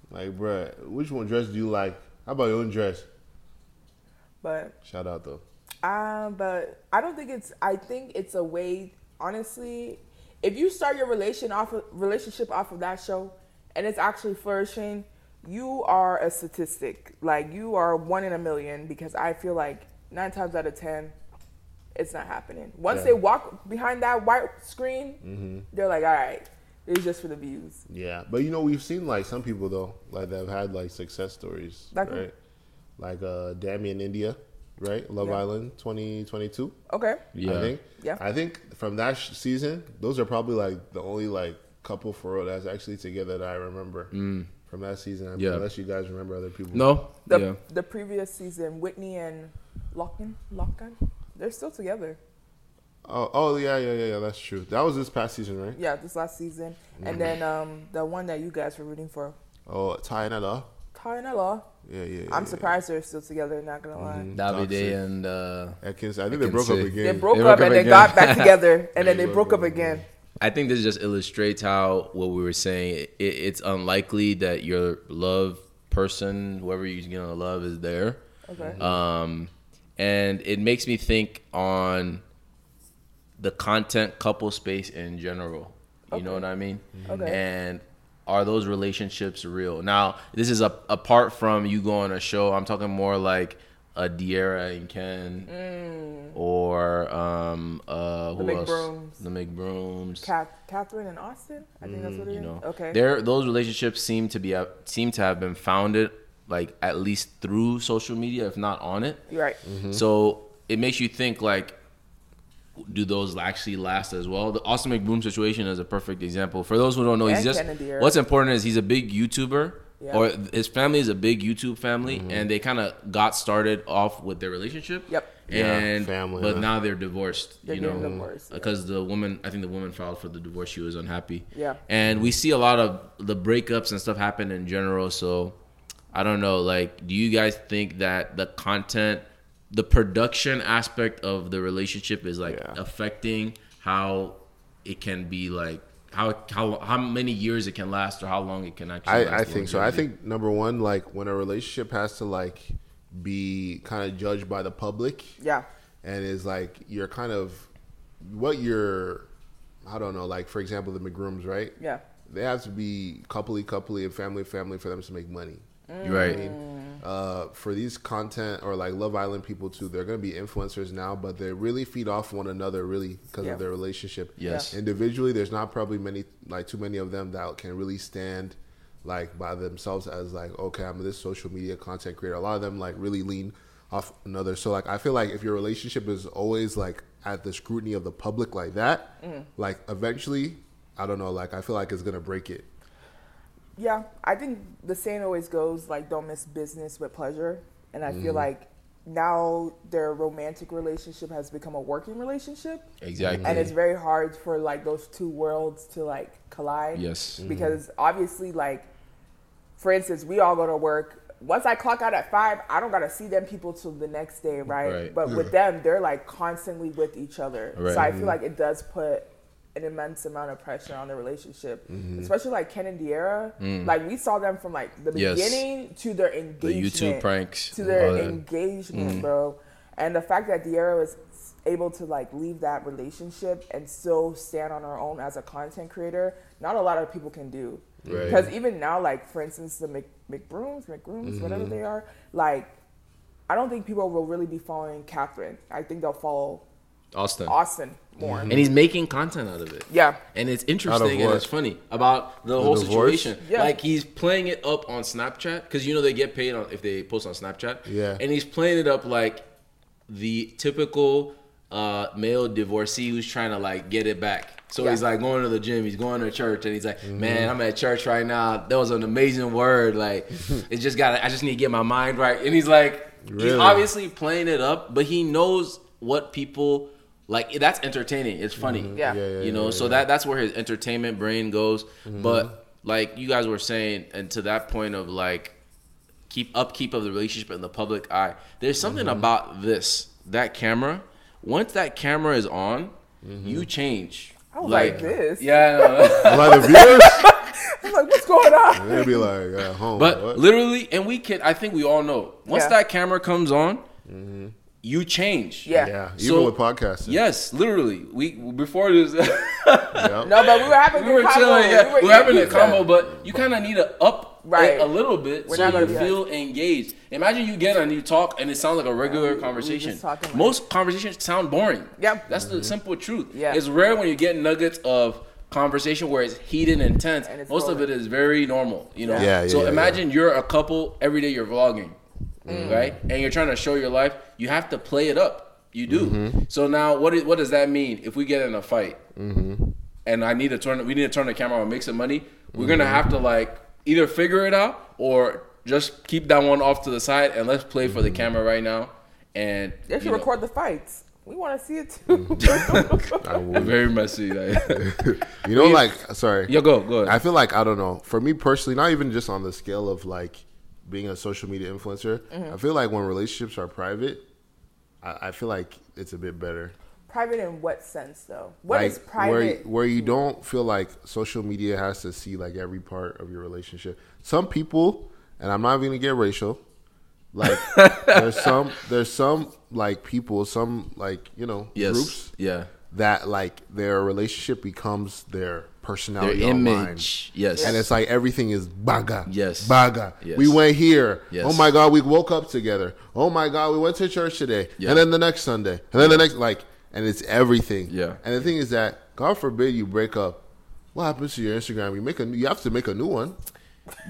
Speaker 1: Like, bruh, which one dress do you like? How about your own dress?
Speaker 3: But
Speaker 1: Shout out though.
Speaker 3: Um, but I don't think it's. I think it's a way. Honestly, if you start your relation off of, relationship off of that show, and it's actually flourishing, you are a statistic. Like you are one in a million because I feel like nine times out of ten, it's not happening. Once
Speaker 1: Yeah.
Speaker 3: they walk behind that white screen, they're like, all right, it's just for the views.
Speaker 1: Yeah, but you know we've seen like some people though, like that have had like success stories,
Speaker 3: Like who?
Speaker 1: right? Like uh, Dami in India, right? Love
Speaker 3: Yeah.
Speaker 1: Island, twenty twenty two.
Speaker 3: Okay.
Speaker 1: I think.
Speaker 3: Yeah.
Speaker 1: I think from that sh- season, those are probably like the only like couple for real that's actually together that I remember from that season. I mean,
Speaker 2: Mm. Yeah.
Speaker 1: Unless you guys remember other people.
Speaker 2: No.
Speaker 3: The
Speaker 2: yeah.
Speaker 3: the previous season, Whitney and Locken, Locken, they're still together.
Speaker 1: Oh, oh yeah, yeah, yeah, yeah. That's true. That was this past season, right?
Speaker 3: Yeah, this last season. And then um, the one that you guys were rooting for,
Speaker 1: Oh, Ty and Ella.
Speaker 3: Ty and Ella.
Speaker 1: Yeah, yeah. yeah
Speaker 3: I'm
Speaker 1: yeah.
Speaker 3: surprised they're still together, not gonna lie.
Speaker 1: Toxic.
Speaker 2: Davide and uh,
Speaker 1: Atkins, I think they broke up
Speaker 2: Atkins,
Speaker 1: again.
Speaker 3: They broke
Speaker 2: Mm-hmm. They
Speaker 3: up
Speaker 2: broke up
Speaker 3: and they
Speaker 2: again.
Speaker 3: got back together and then
Speaker 1: They
Speaker 3: they
Speaker 1: broke up
Speaker 3: broke up again.
Speaker 2: I think this just illustrates how what we were saying. It, it's unlikely that your love person, whoever you're gonna love, is there.
Speaker 3: Okay.
Speaker 2: Um, and it makes me think on the content couple space in general. You know what I mean?
Speaker 3: Okay.
Speaker 2: And are those relationships real? Now, this is a, apart from you go on a show. I'm talking more like a De'Ara and Ken, or um, uh, who
Speaker 3: Mm. The
Speaker 2: else?
Speaker 3: McBrooms.
Speaker 2: The McBrooms.
Speaker 3: Kath- Catherine and Austin? I think that's what it is.
Speaker 2: You know,
Speaker 3: Okay.
Speaker 2: There, those relationships seem to be seem to have been founded like at least through social media, if not on it.
Speaker 3: You're right.
Speaker 2: So it makes you think like, do those actually last as well? The Austin McBroom situation is a perfect example. For those who don't know, he's
Speaker 3: And
Speaker 2: just
Speaker 3: Kennedy are-
Speaker 2: what's important is he's a big YouTuber.
Speaker 3: Yeah. Mm-hmm.
Speaker 2: Or his family is a big YouTube family, and they kind of got started off with their relationship.
Speaker 3: Yep.
Speaker 1: Yeah,
Speaker 2: and
Speaker 1: family,
Speaker 2: but
Speaker 1: huh?
Speaker 2: now they're divorced.
Speaker 3: They're
Speaker 2: you
Speaker 3: getting
Speaker 2: know,
Speaker 3: divorced, yeah.
Speaker 2: because the woman, I think the woman filed for the divorce. She was unhappy.
Speaker 3: Yeah.
Speaker 2: and we see a lot of the breakups and stuff happen in general. So I don't know. Like, do you guys think that the content, the production aspect of the relationship is like
Speaker 1: Yeah.
Speaker 2: affecting how it can be like? How, how how many years it can last or how long it can actually
Speaker 1: I,
Speaker 2: last
Speaker 1: I think so. I
Speaker 2: longevity.
Speaker 1: think number one, like when a relationship has to like be kind of judged by the public,
Speaker 3: Yeah.
Speaker 1: and is like you're kind of what you're, I don't know, like for example, the McGrooms, right?
Speaker 3: Yeah.
Speaker 1: They have to be coupley, coupley, and family, family for them to make money.
Speaker 2: right
Speaker 3: Mm.
Speaker 1: Uh, for these content or like Love Island people too, they're gonna be influencers now, but they really feed off one another really because
Speaker 3: Yeah.
Speaker 1: of their relationship.
Speaker 2: Yes. Yeah.
Speaker 1: Individually, there's not probably many like too many of them that can really stand like by themselves as like okay, I'm this social media content creator. A lot of them like really lean off another. So like I feel like if your relationship is always like at the scrutiny of the public like that, like eventually, I don't know, like I feel like it's gonna break it.
Speaker 3: Yeah, I think the saying always goes like, "Don't miss business with pleasure," and I feel like now their romantic relationship has become a working relationship,
Speaker 2: exactly
Speaker 3: and it's very hard for like those two worlds to like collide.
Speaker 2: Yes.
Speaker 3: because obviously, like for instance, we all go to work. Once I clock out at five, I don't gotta see them people till the next day, right?
Speaker 2: Right.
Speaker 3: But with them, they're like constantly with each other,
Speaker 2: Right.
Speaker 3: so I feel like it does put an immense amount of pressure on the relationship,
Speaker 2: Mm-hmm.
Speaker 3: especially like Ken and Diera. Like we saw them from like the
Speaker 2: Mm. Yes.
Speaker 3: beginning to their
Speaker 2: the
Speaker 3: engagement,
Speaker 2: youtube pranks
Speaker 3: to their
Speaker 2: all that. Mm.
Speaker 3: engagement, bro. And the fact that Diera was able to like leave that relationship and still stand on her own as a content creator, not a lot of people can do.
Speaker 2: Right.
Speaker 3: Because even now, like for instance, the Mc, McBrooms, McBrooms,
Speaker 2: Mm-hmm.
Speaker 3: whatever they are, like I don't think people will really be following Catherine. I think they'll follow
Speaker 2: austin
Speaker 3: Austin more.
Speaker 2: and he's making content out of it.
Speaker 3: Yeah.
Speaker 2: And it's interesting and
Speaker 1: what?
Speaker 2: it's funny about the, whole
Speaker 1: divorce?
Speaker 2: situation.
Speaker 3: Yeah.
Speaker 2: Like he's playing it up on Snapchat because you know they get paid on if they post on Snapchat.
Speaker 1: Yeah.
Speaker 2: And he's playing it up like the typical uh, male divorcee who's trying to like get it back. So
Speaker 3: Yeah.
Speaker 2: he's like going to the gym, he's going to church, and he's like, "Man, I'm at church right now. That was an amazing word. Like, it just got. I just need to get my mind right." And he's like, he's
Speaker 1: Really?
Speaker 2: obviously obviously playing it up, but he knows what people like. That's entertaining. It's funny.
Speaker 3: Yeah. Yeah, yeah, Mm-hmm.
Speaker 2: you know, so that that's where his entertainment brain goes. But like you guys were saying, and to that point of like keep upkeep of the relationship in the public eye. There's something
Speaker 3: Mm-hmm.
Speaker 2: about this that camera. Once that camera is on,
Speaker 3: Mm-hmm.
Speaker 2: you change.
Speaker 3: I was like, this?
Speaker 2: Yeah. I know.
Speaker 1: A lot of viewers,
Speaker 3: I'm like, what's going on?
Speaker 1: they'll be like, uh, home.
Speaker 2: But
Speaker 1: what?
Speaker 2: literally, and we can. I think we all know. Once
Speaker 3: Yeah.
Speaker 2: that camera comes on, you change.
Speaker 3: Mm-hmm. Yeah.
Speaker 1: yeah, even
Speaker 2: So-
Speaker 1: with podcasting.
Speaker 2: Yes, literally. We before this,
Speaker 1: Yep.
Speaker 3: No, but we were having
Speaker 2: we
Speaker 3: a
Speaker 2: were
Speaker 3: combo.
Speaker 2: chilling. Yeah, we
Speaker 3: were
Speaker 2: are having a
Speaker 3: eating
Speaker 2: combo, but you kind of need to up
Speaker 3: Right.
Speaker 2: it a little bit
Speaker 3: We're not
Speaker 2: so you
Speaker 3: gonna do that.
Speaker 2: feel engaged. Imagine you get and you talk, and it sounds like a regular conversation.
Speaker 3: talking like-
Speaker 2: Most conversations sound boring.
Speaker 3: Yep.
Speaker 2: that's the simple truth.
Speaker 3: Yeah.
Speaker 2: it's rare when you get nuggets of conversation where it's heated and tense.
Speaker 3: And it's
Speaker 2: Most of it
Speaker 3: boring.
Speaker 2: is very normal. You know.
Speaker 1: Yeah, yeah,
Speaker 2: so
Speaker 1: yeah,
Speaker 2: imagine you're a couple every day. You're vlogging,
Speaker 3: Mm.
Speaker 2: right? And you're trying to show your life. You have to play it up. You do.
Speaker 1: Mm-hmm.
Speaker 2: So now, what is, what does that mean? If we get in a fight,
Speaker 1: Mm-hmm.
Speaker 2: and I need to turn, we need to turn the camera on, and make some money. We're gonna
Speaker 1: Mm-hmm.
Speaker 2: have to like either figure it out or just keep that one off to the side and let's play
Speaker 1: Mm-hmm.
Speaker 2: for the camera right now. And
Speaker 3: They should
Speaker 2: you know,
Speaker 3: record the fights. We want to see it too.
Speaker 1: I would.
Speaker 2: very messy. Like,
Speaker 1: You know, like sorry.
Speaker 2: yo, go, go.
Speaker 1: I
Speaker 2: Ahead.
Speaker 1: feel like I don't know. For me personally, not even just on the scale of like being a social media influencer.
Speaker 2: Mm-hmm.
Speaker 1: I feel like when relationships are private, I, I feel like it's a bit better.
Speaker 3: private in what sense, though? What
Speaker 1: like
Speaker 3: is private?
Speaker 1: where where you don't feel like social media has to see like every part of your relationship. Some people, and I'm not even gonna get racial. Like there's some there's some like people, some like you know
Speaker 2: yes,
Speaker 1: groups
Speaker 2: yeah.
Speaker 1: that like their relationship becomes their personality,
Speaker 2: Their
Speaker 1: online.
Speaker 2: image, yes,
Speaker 1: Oh, and it's like everything is baga.
Speaker 2: Yes.
Speaker 1: Baga.
Speaker 2: Yes.
Speaker 1: We went here.
Speaker 2: Yes.
Speaker 1: Oh my God, we woke up together. Oh my God, we went to church today.
Speaker 2: Yeah.
Speaker 1: And then the next Sunday. And then the next, like, and it's everything.
Speaker 2: Yeah.
Speaker 1: And the thing is that, God forbid you break up. What happens to your Instagram? You make a, you have to make a new one.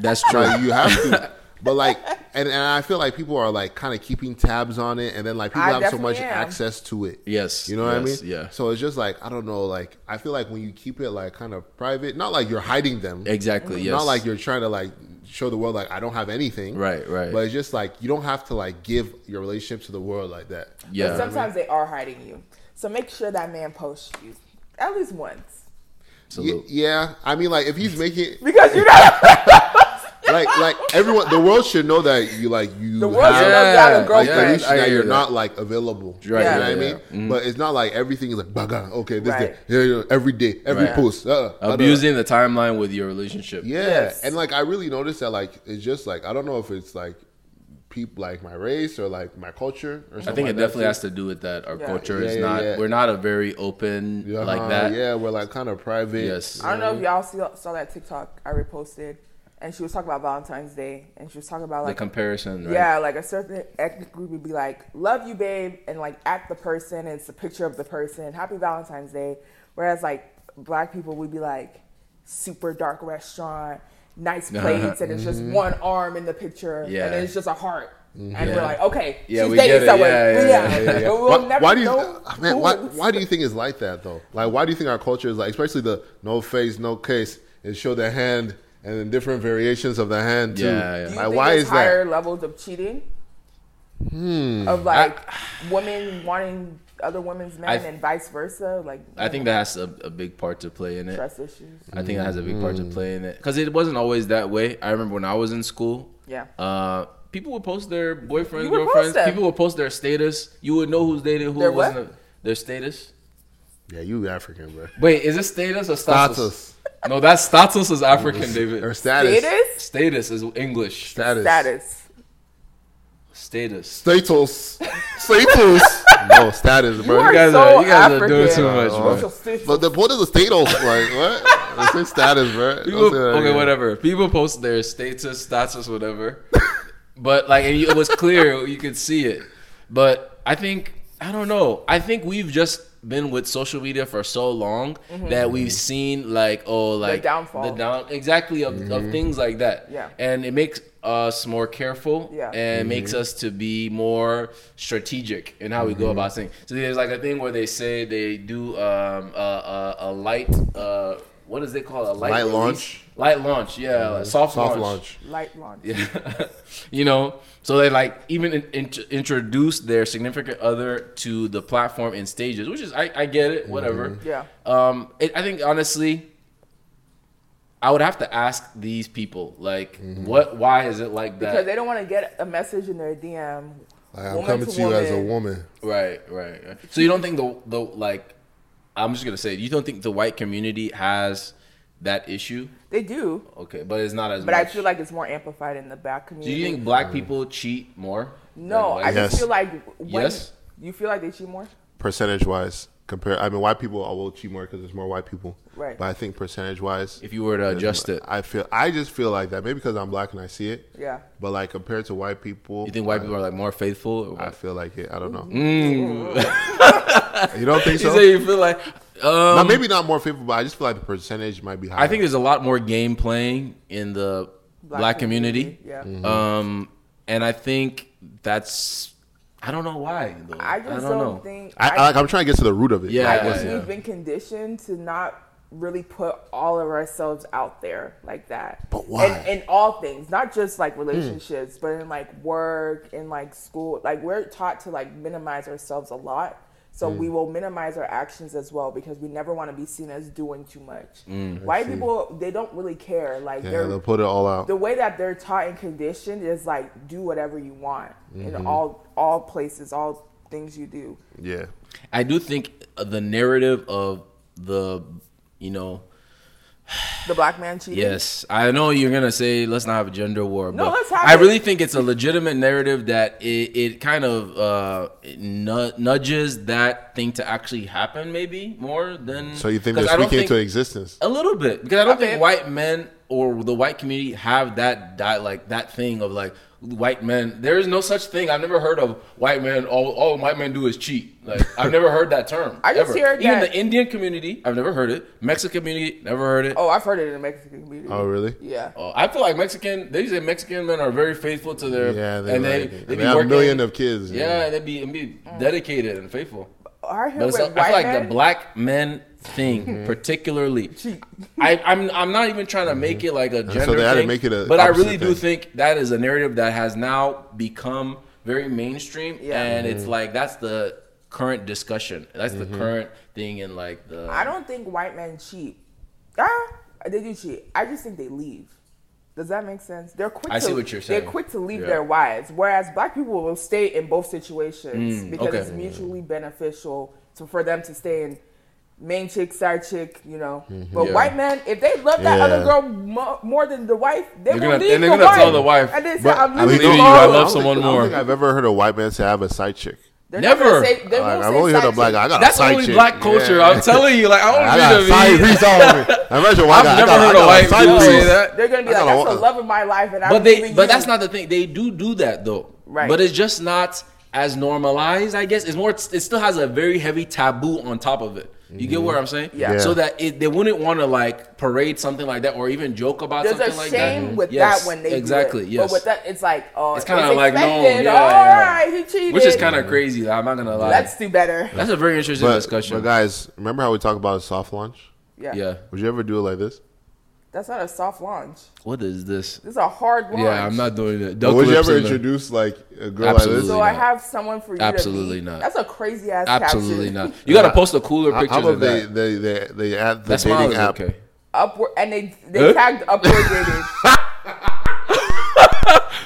Speaker 2: that's true.
Speaker 1: Like, you have to. But like, and, and I feel like people are like kind of keeping tabs on it, and then like people
Speaker 3: I
Speaker 1: have so much
Speaker 3: definitely am.
Speaker 1: access to it.
Speaker 2: Yes,
Speaker 1: you know what
Speaker 2: yes,
Speaker 1: I mean.
Speaker 2: yeah.
Speaker 1: So it's just like I don't know. Like I feel like when you keep it like kind of private, not like you're hiding them.
Speaker 2: Exactly. Yes.
Speaker 1: Not like you're trying to like show the world like I don't have anything.
Speaker 2: Right, right.
Speaker 1: But it's just like you don't have to like give your relationship to the world like that.
Speaker 2: Yeah.
Speaker 3: But sometimes they are hiding you. So make sure that man posts you at least once.
Speaker 1: Y-
Speaker 2: Salute.
Speaker 1: yeah, I mean like if he's making
Speaker 3: Because you know
Speaker 1: like like everyone the world should know that you like you
Speaker 3: the world should
Speaker 1: have,
Speaker 3: know you got a
Speaker 1: like at
Speaker 2: Yeah,
Speaker 3: girlfriend.
Speaker 1: least
Speaker 2: I
Speaker 1: that
Speaker 2: hear
Speaker 1: you're
Speaker 2: that.
Speaker 1: not like available.
Speaker 2: Right,
Speaker 1: You know
Speaker 3: yeah,
Speaker 1: what I
Speaker 2: yeah. Mm-hmm.
Speaker 1: mean? But it's not like everything is like baga, okay, this
Speaker 3: Right.
Speaker 1: day, yeah, yeah, every day, every
Speaker 2: Right.
Speaker 1: post. Uh, uh,
Speaker 2: Abusing the timeline with your relationship.
Speaker 1: Yeah,
Speaker 3: Yes.
Speaker 1: and like I really noticed that like it's just like I don't know if it's like people like my race or like my culture or something.
Speaker 2: I think
Speaker 1: like
Speaker 2: it
Speaker 1: that,
Speaker 2: definitely
Speaker 1: too.
Speaker 2: has to do with that. Our
Speaker 3: Yeah.
Speaker 2: culture
Speaker 1: Yeah,
Speaker 2: is
Speaker 1: yeah,
Speaker 2: not.
Speaker 1: yeah.
Speaker 2: We're not a very open
Speaker 1: Yeah, uh-huh,
Speaker 2: like that.
Speaker 1: Yeah, we're like kind of private.
Speaker 2: Yes.
Speaker 3: I don't know if y'all saw, saw that TikTok I reposted, and she was talking about Valentine's Day, and she was talking about
Speaker 2: The
Speaker 3: like
Speaker 2: comparison. Right?
Speaker 3: yeah, like a certain ethnic group would be like love you, babe, and like at the person, and it's a picture of the person, happy Valentine's Day. Whereas like black people would be like super dark restaurant, nice plates, and it's just one arm in the picture,
Speaker 2: Uh-huh. Mm-hmm. Yeah. Mm-hmm.
Speaker 3: and it's just a heart. And
Speaker 2: Yeah.
Speaker 3: we're like, okay,
Speaker 2: Yeah,
Speaker 3: she's
Speaker 2: we
Speaker 3: dating
Speaker 2: get it.
Speaker 3: someone.
Speaker 2: Yeah, yeah, yeah, yeah, yeah.
Speaker 3: But we'll
Speaker 1: Why,
Speaker 3: never
Speaker 1: why do you uh,
Speaker 3: know
Speaker 1: man?
Speaker 3: who
Speaker 1: Why,
Speaker 3: it's-
Speaker 1: why do you think it's like that though? Like, why do you think our culture is like, especially the no face, no case, and show the hand, and then different variations of the hand too.
Speaker 2: Yeah, yeah.
Speaker 3: Do you
Speaker 1: Like,
Speaker 3: think
Speaker 1: why
Speaker 3: it's
Speaker 1: is
Speaker 3: higher
Speaker 1: that? Hmm.
Speaker 3: levels of cheating? Of like women wanting other women's men
Speaker 2: I-
Speaker 3: and vice versa, like
Speaker 2: I think that has a, a big part to play in it.
Speaker 3: trust issues.
Speaker 2: I think that has a big part to
Speaker 1: Mm.
Speaker 2: play in it because it wasn't always that way. I remember when I was in school.
Speaker 3: Yeah.
Speaker 2: Uh, people would post their boyfriends,
Speaker 3: You would post
Speaker 2: girlfriends.
Speaker 3: them.
Speaker 2: People would post their status. You would know who's dating who
Speaker 3: Their what?
Speaker 2: wasn't. A, their status.
Speaker 1: Yeah, you African, bro.
Speaker 2: Wait, is it status or status?
Speaker 1: Status
Speaker 2: No, that's status is African, David.
Speaker 1: or status?
Speaker 3: Status?
Speaker 2: status is English.
Speaker 1: Status.
Speaker 3: Status.
Speaker 2: Status.
Speaker 1: Status. Status. no status, bro.
Speaker 3: You are
Speaker 2: guys
Speaker 3: so
Speaker 2: are- you guys are doing
Speaker 3: African.
Speaker 2: too much, bro.
Speaker 3: What's your status?
Speaker 1: But the what is the status like? What? It's just status, bro. Don't
Speaker 2: People,
Speaker 1: say that
Speaker 2: okay,
Speaker 1: again.
Speaker 2: whatever. People post their status, status, whatever. but like, and you- it was clear you could see it. But I think I don't know. I think we've just been with social media for so long that we've seen like oh like
Speaker 3: Mm-hmm. downfall.
Speaker 2: the down exactly of,
Speaker 1: Mm-hmm.
Speaker 2: of things like that.
Speaker 3: Yeah.
Speaker 2: and it makes us more careful.
Speaker 3: Yeah.
Speaker 2: and
Speaker 1: Mm-hmm.
Speaker 2: makes us to be more strategic in how we
Speaker 1: Mm-hmm.
Speaker 2: go about things. So there's like a thing where they say they do um, a, a, a light. Uh, what does they call it? A light,
Speaker 1: Light
Speaker 2: release?
Speaker 1: launch?
Speaker 2: Light launch, yeah. like Soft,
Speaker 1: Soft
Speaker 2: launch.
Speaker 1: launch.
Speaker 3: Light launch.
Speaker 2: you know, so they like even in, int- introduce their significant other to the platform in stages, which is I, I get it, whatever.
Speaker 1: Mm-hmm.
Speaker 3: Yeah.
Speaker 2: Um, it, I think honestly, I would have to ask these people like,
Speaker 1: Mm-hmm.
Speaker 2: what? Why is it like that?
Speaker 3: Because they don't want to get a message in their DM.
Speaker 1: Like, I'm
Speaker 3: woman
Speaker 1: coming to, you as a
Speaker 3: woman.
Speaker 1: woman.
Speaker 2: Right, right, right. So you don't think the the like I'm just gonna say you don't think the white community has that issue?
Speaker 3: They do,
Speaker 2: Okay, but it's not as
Speaker 3: but
Speaker 2: much.
Speaker 3: I feel like it's more amplified in the black
Speaker 2: Do
Speaker 3: community.
Speaker 2: you think black people cheat more?
Speaker 3: No,
Speaker 2: than
Speaker 3: I
Speaker 2: white
Speaker 3: just
Speaker 1: Yes.
Speaker 3: feel like when
Speaker 2: Yes?
Speaker 3: you feel like they cheat more.
Speaker 1: percentage wise compare i mean white people are will cheat more because there's more white people
Speaker 3: Right.
Speaker 1: but i think percentage wise
Speaker 2: if you were to adjust it,
Speaker 1: i feel i just feel like that maybe because i'm black and i see it
Speaker 3: Yeah.
Speaker 1: but like compared to white people
Speaker 2: you think white people are like more faithful? Or
Speaker 1: i
Speaker 2: what?
Speaker 1: feel like it i don't know
Speaker 2: Mm.
Speaker 1: you don't think
Speaker 2: You
Speaker 1: so
Speaker 2: say you feel like um,
Speaker 1: no, maybe not more faithful but i just feel like the percentage might be higher
Speaker 2: I think there's a lot more game playing in the black, community.
Speaker 3: Yeah.
Speaker 1: Mm-hmm.
Speaker 2: Um, and I think that's I don't know why though.
Speaker 3: I just
Speaker 2: don't,
Speaker 3: don't,
Speaker 2: know.
Speaker 3: think.
Speaker 1: I, I, like, i'm trying to get to the root of it
Speaker 2: Yeah.
Speaker 3: I
Speaker 1: Like,
Speaker 3: just
Speaker 2: yeah.
Speaker 3: we've been conditioned to not really put all of ourselves out there like that.
Speaker 1: But why? Hmm.
Speaker 3: In, in all things, not just like relationships, but in like work, in like school. Like we're taught to like minimize ourselves a lot.
Speaker 1: Hmm.
Speaker 3: So we will minimize our actions as well because we never want to be seen as doing too much. White people, they don't really care. Like
Speaker 1: Hmm, yeah,
Speaker 3: they're
Speaker 1: they'll put it all out
Speaker 3: the way that they're taught and conditioned is like do whatever you want
Speaker 1: Mm-hmm.
Speaker 3: in all all places, all things you do.
Speaker 1: yeah
Speaker 2: I do think the narrative of the, you know,
Speaker 3: The black man cheating.
Speaker 2: yes, I know you're gonna say let's not have a gender war,
Speaker 3: No,
Speaker 2: but
Speaker 3: let's have
Speaker 2: I
Speaker 3: it.
Speaker 2: really think it's a legitimate narrative that it, it kind of uh, nu- nudges that thing to actually happen, maybe more than.
Speaker 1: so you think
Speaker 2: 'cause
Speaker 1: they're
Speaker 2: I don't
Speaker 1: speaking
Speaker 2: think-
Speaker 1: into existence
Speaker 2: a little bit because I don't
Speaker 3: I
Speaker 2: think
Speaker 3: mean-
Speaker 2: white men or the white community have that di- like that thing of like white men. There is no such thing. I've never heard of white men. All all white men do is cheat. Like I've never heard that term.
Speaker 3: I just
Speaker 2: ever.
Speaker 3: hear
Speaker 2: even
Speaker 3: that-
Speaker 2: the Indian community. I've never heard it. Mexican community. Never heard it. Oh.
Speaker 3: Oh, I've heard it in the Mexican community.
Speaker 1: oh really
Speaker 3: Yeah.
Speaker 2: Uh, I feel like Mexican. They say Mexican men are very faithful to their
Speaker 1: yeah they,
Speaker 2: and they
Speaker 1: like it.
Speaker 2: they,
Speaker 1: And
Speaker 2: be
Speaker 1: they have a
Speaker 2: working-
Speaker 1: million of kids
Speaker 2: yeah, and they be and be dedicated and faithful.
Speaker 3: I hear Mm.
Speaker 2: But
Speaker 3: with
Speaker 2: it's, I
Speaker 3: white
Speaker 2: feel like
Speaker 3: men,
Speaker 2: the black men thing,
Speaker 1: Mm-hmm.
Speaker 2: particularly. I, I'm I'm not even trying to make it like a gender
Speaker 1: Mm-hmm. they had to
Speaker 2: thing,
Speaker 1: make it a
Speaker 2: but I
Speaker 1: opposite
Speaker 2: really do
Speaker 1: thing.
Speaker 2: think that is a narrative that has now become very mainstream,
Speaker 3: Yeah.
Speaker 2: and it's
Speaker 1: Mm-hmm.
Speaker 2: like that's the current discussion. That's the current thing in like the.
Speaker 3: I don't think white men cheat. Ah, they do cheat. I just think they leave. Does that make sense? They're quick.
Speaker 2: I
Speaker 3: to,
Speaker 2: see what you're saying.
Speaker 3: They're quick to leave
Speaker 2: Yeah.
Speaker 3: their wives, whereas black people will stay in both situations because
Speaker 2: Mm, okay.
Speaker 3: it's mutually beneficial to, for them to stay in main chick, side chick, you know. But
Speaker 2: Mm-hmm. Yeah.
Speaker 3: white men, if they love that
Speaker 1: Yeah.
Speaker 3: other girl mo- more than the wife, they will
Speaker 2: gonna-
Speaker 3: leave
Speaker 2: and they're
Speaker 3: the
Speaker 2: gonna
Speaker 3: wife.
Speaker 2: tell the wife,
Speaker 3: and they say,
Speaker 1: But
Speaker 3: "I'm
Speaker 1: I mean,
Speaker 3: leaving
Speaker 1: don't-
Speaker 2: leaving you, I
Speaker 1: I
Speaker 3: alone."
Speaker 1: don't
Speaker 2: love
Speaker 1: think-
Speaker 2: someone
Speaker 1: I don't
Speaker 2: more.
Speaker 1: think I've ever heard a white man say I have a side chick.
Speaker 3: They're not gonna
Speaker 2: Never.
Speaker 3: say- they
Speaker 1: Like,
Speaker 3: won't
Speaker 1: I've
Speaker 3: say
Speaker 1: only heard a
Speaker 3: side
Speaker 1: black
Speaker 3: chick.
Speaker 1: guy. I got a
Speaker 2: That's
Speaker 1: side
Speaker 2: only
Speaker 1: chick.
Speaker 2: black culture.
Speaker 1: Yeah.
Speaker 2: I'm telling you, like I don't
Speaker 1: I
Speaker 2: need
Speaker 1: got
Speaker 2: to
Speaker 1: a
Speaker 2: be-
Speaker 1: side priest all over me. I mentioned white
Speaker 2: I've
Speaker 1: guy. I
Speaker 2: never
Speaker 1: got,
Speaker 2: heard
Speaker 1: I
Speaker 2: a
Speaker 1: got
Speaker 2: white
Speaker 1: side
Speaker 2: dude say
Speaker 1: priest.
Speaker 2: that.
Speaker 3: They're gonna be
Speaker 1: I
Speaker 3: like,
Speaker 1: got a
Speaker 3: "That's
Speaker 1: wa-
Speaker 3: the love of my life," and I'm
Speaker 2: But they,
Speaker 3: leaving
Speaker 2: but
Speaker 3: you.
Speaker 2: that's not the thing. They do do that though.
Speaker 3: Right.
Speaker 2: But it's just not as normalized, I guess. It's more. It still has a very heavy taboo on top of it. You get
Speaker 1: Mm-hmm.
Speaker 2: what I'm saying?
Speaker 3: Yeah. Yeah.
Speaker 2: So that it, they wouldn't want to like parade something like that or even joke about
Speaker 3: There's
Speaker 2: something
Speaker 3: a
Speaker 2: like that.
Speaker 3: shame
Speaker 1: Mm-hmm.
Speaker 3: with
Speaker 2: Yes,
Speaker 3: that when they do it.
Speaker 2: exactly. Yes.
Speaker 3: But with that, it's like, oh,
Speaker 2: It's
Speaker 3: it's
Speaker 2: kinda
Speaker 3: kind of
Speaker 2: like,
Speaker 3: like
Speaker 2: no,
Speaker 3: no,
Speaker 2: yeah, yeah.
Speaker 3: he cheated.
Speaker 2: Which is kind of crazy. I'm not gonna lie.
Speaker 3: Let's
Speaker 2: That's
Speaker 3: do better.
Speaker 2: that's a very interesting
Speaker 1: But,
Speaker 2: discussion.
Speaker 1: but guys, remember how we talk about a soft launch?
Speaker 3: Yeah.
Speaker 2: yeah.
Speaker 1: Would you ever do it like this?
Speaker 3: that's not a soft launch.
Speaker 2: What is this?
Speaker 3: This is a hard launch.
Speaker 2: Yeah, I'm not doing it.
Speaker 1: Or
Speaker 2: Duck
Speaker 1: would you
Speaker 2: lips
Speaker 1: ever
Speaker 2: in the-
Speaker 1: introduce like a girl
Speaker 2: Absolutely
Speaker 3: So
Speaker 1: like
Speaker 3: I
Speaker 2: not.
Speaker 3: have someone for you.
Speaker 2: Absolutely
Speaker 3: to meet.
Speaker 2: not.
Speaker 3: That's a crazy ass.
Speaker 2: Absolutely
Speaker 3: caption.
Speaker 2: not. You gotta post a cooler
Speaker 1: this?
Speaker 2: picture
Speaker 1: How
Speaker 2: of
Speaker 1: about they
Speaker 2: that.
Speaker 1: they they they add the
Speaker 2: That's why I
Speaker 1: dating
Speaker 2: was
Speaker 1: app?
Speaker 2: okay.
Speaker 3: Upward and they they tagged upward dated.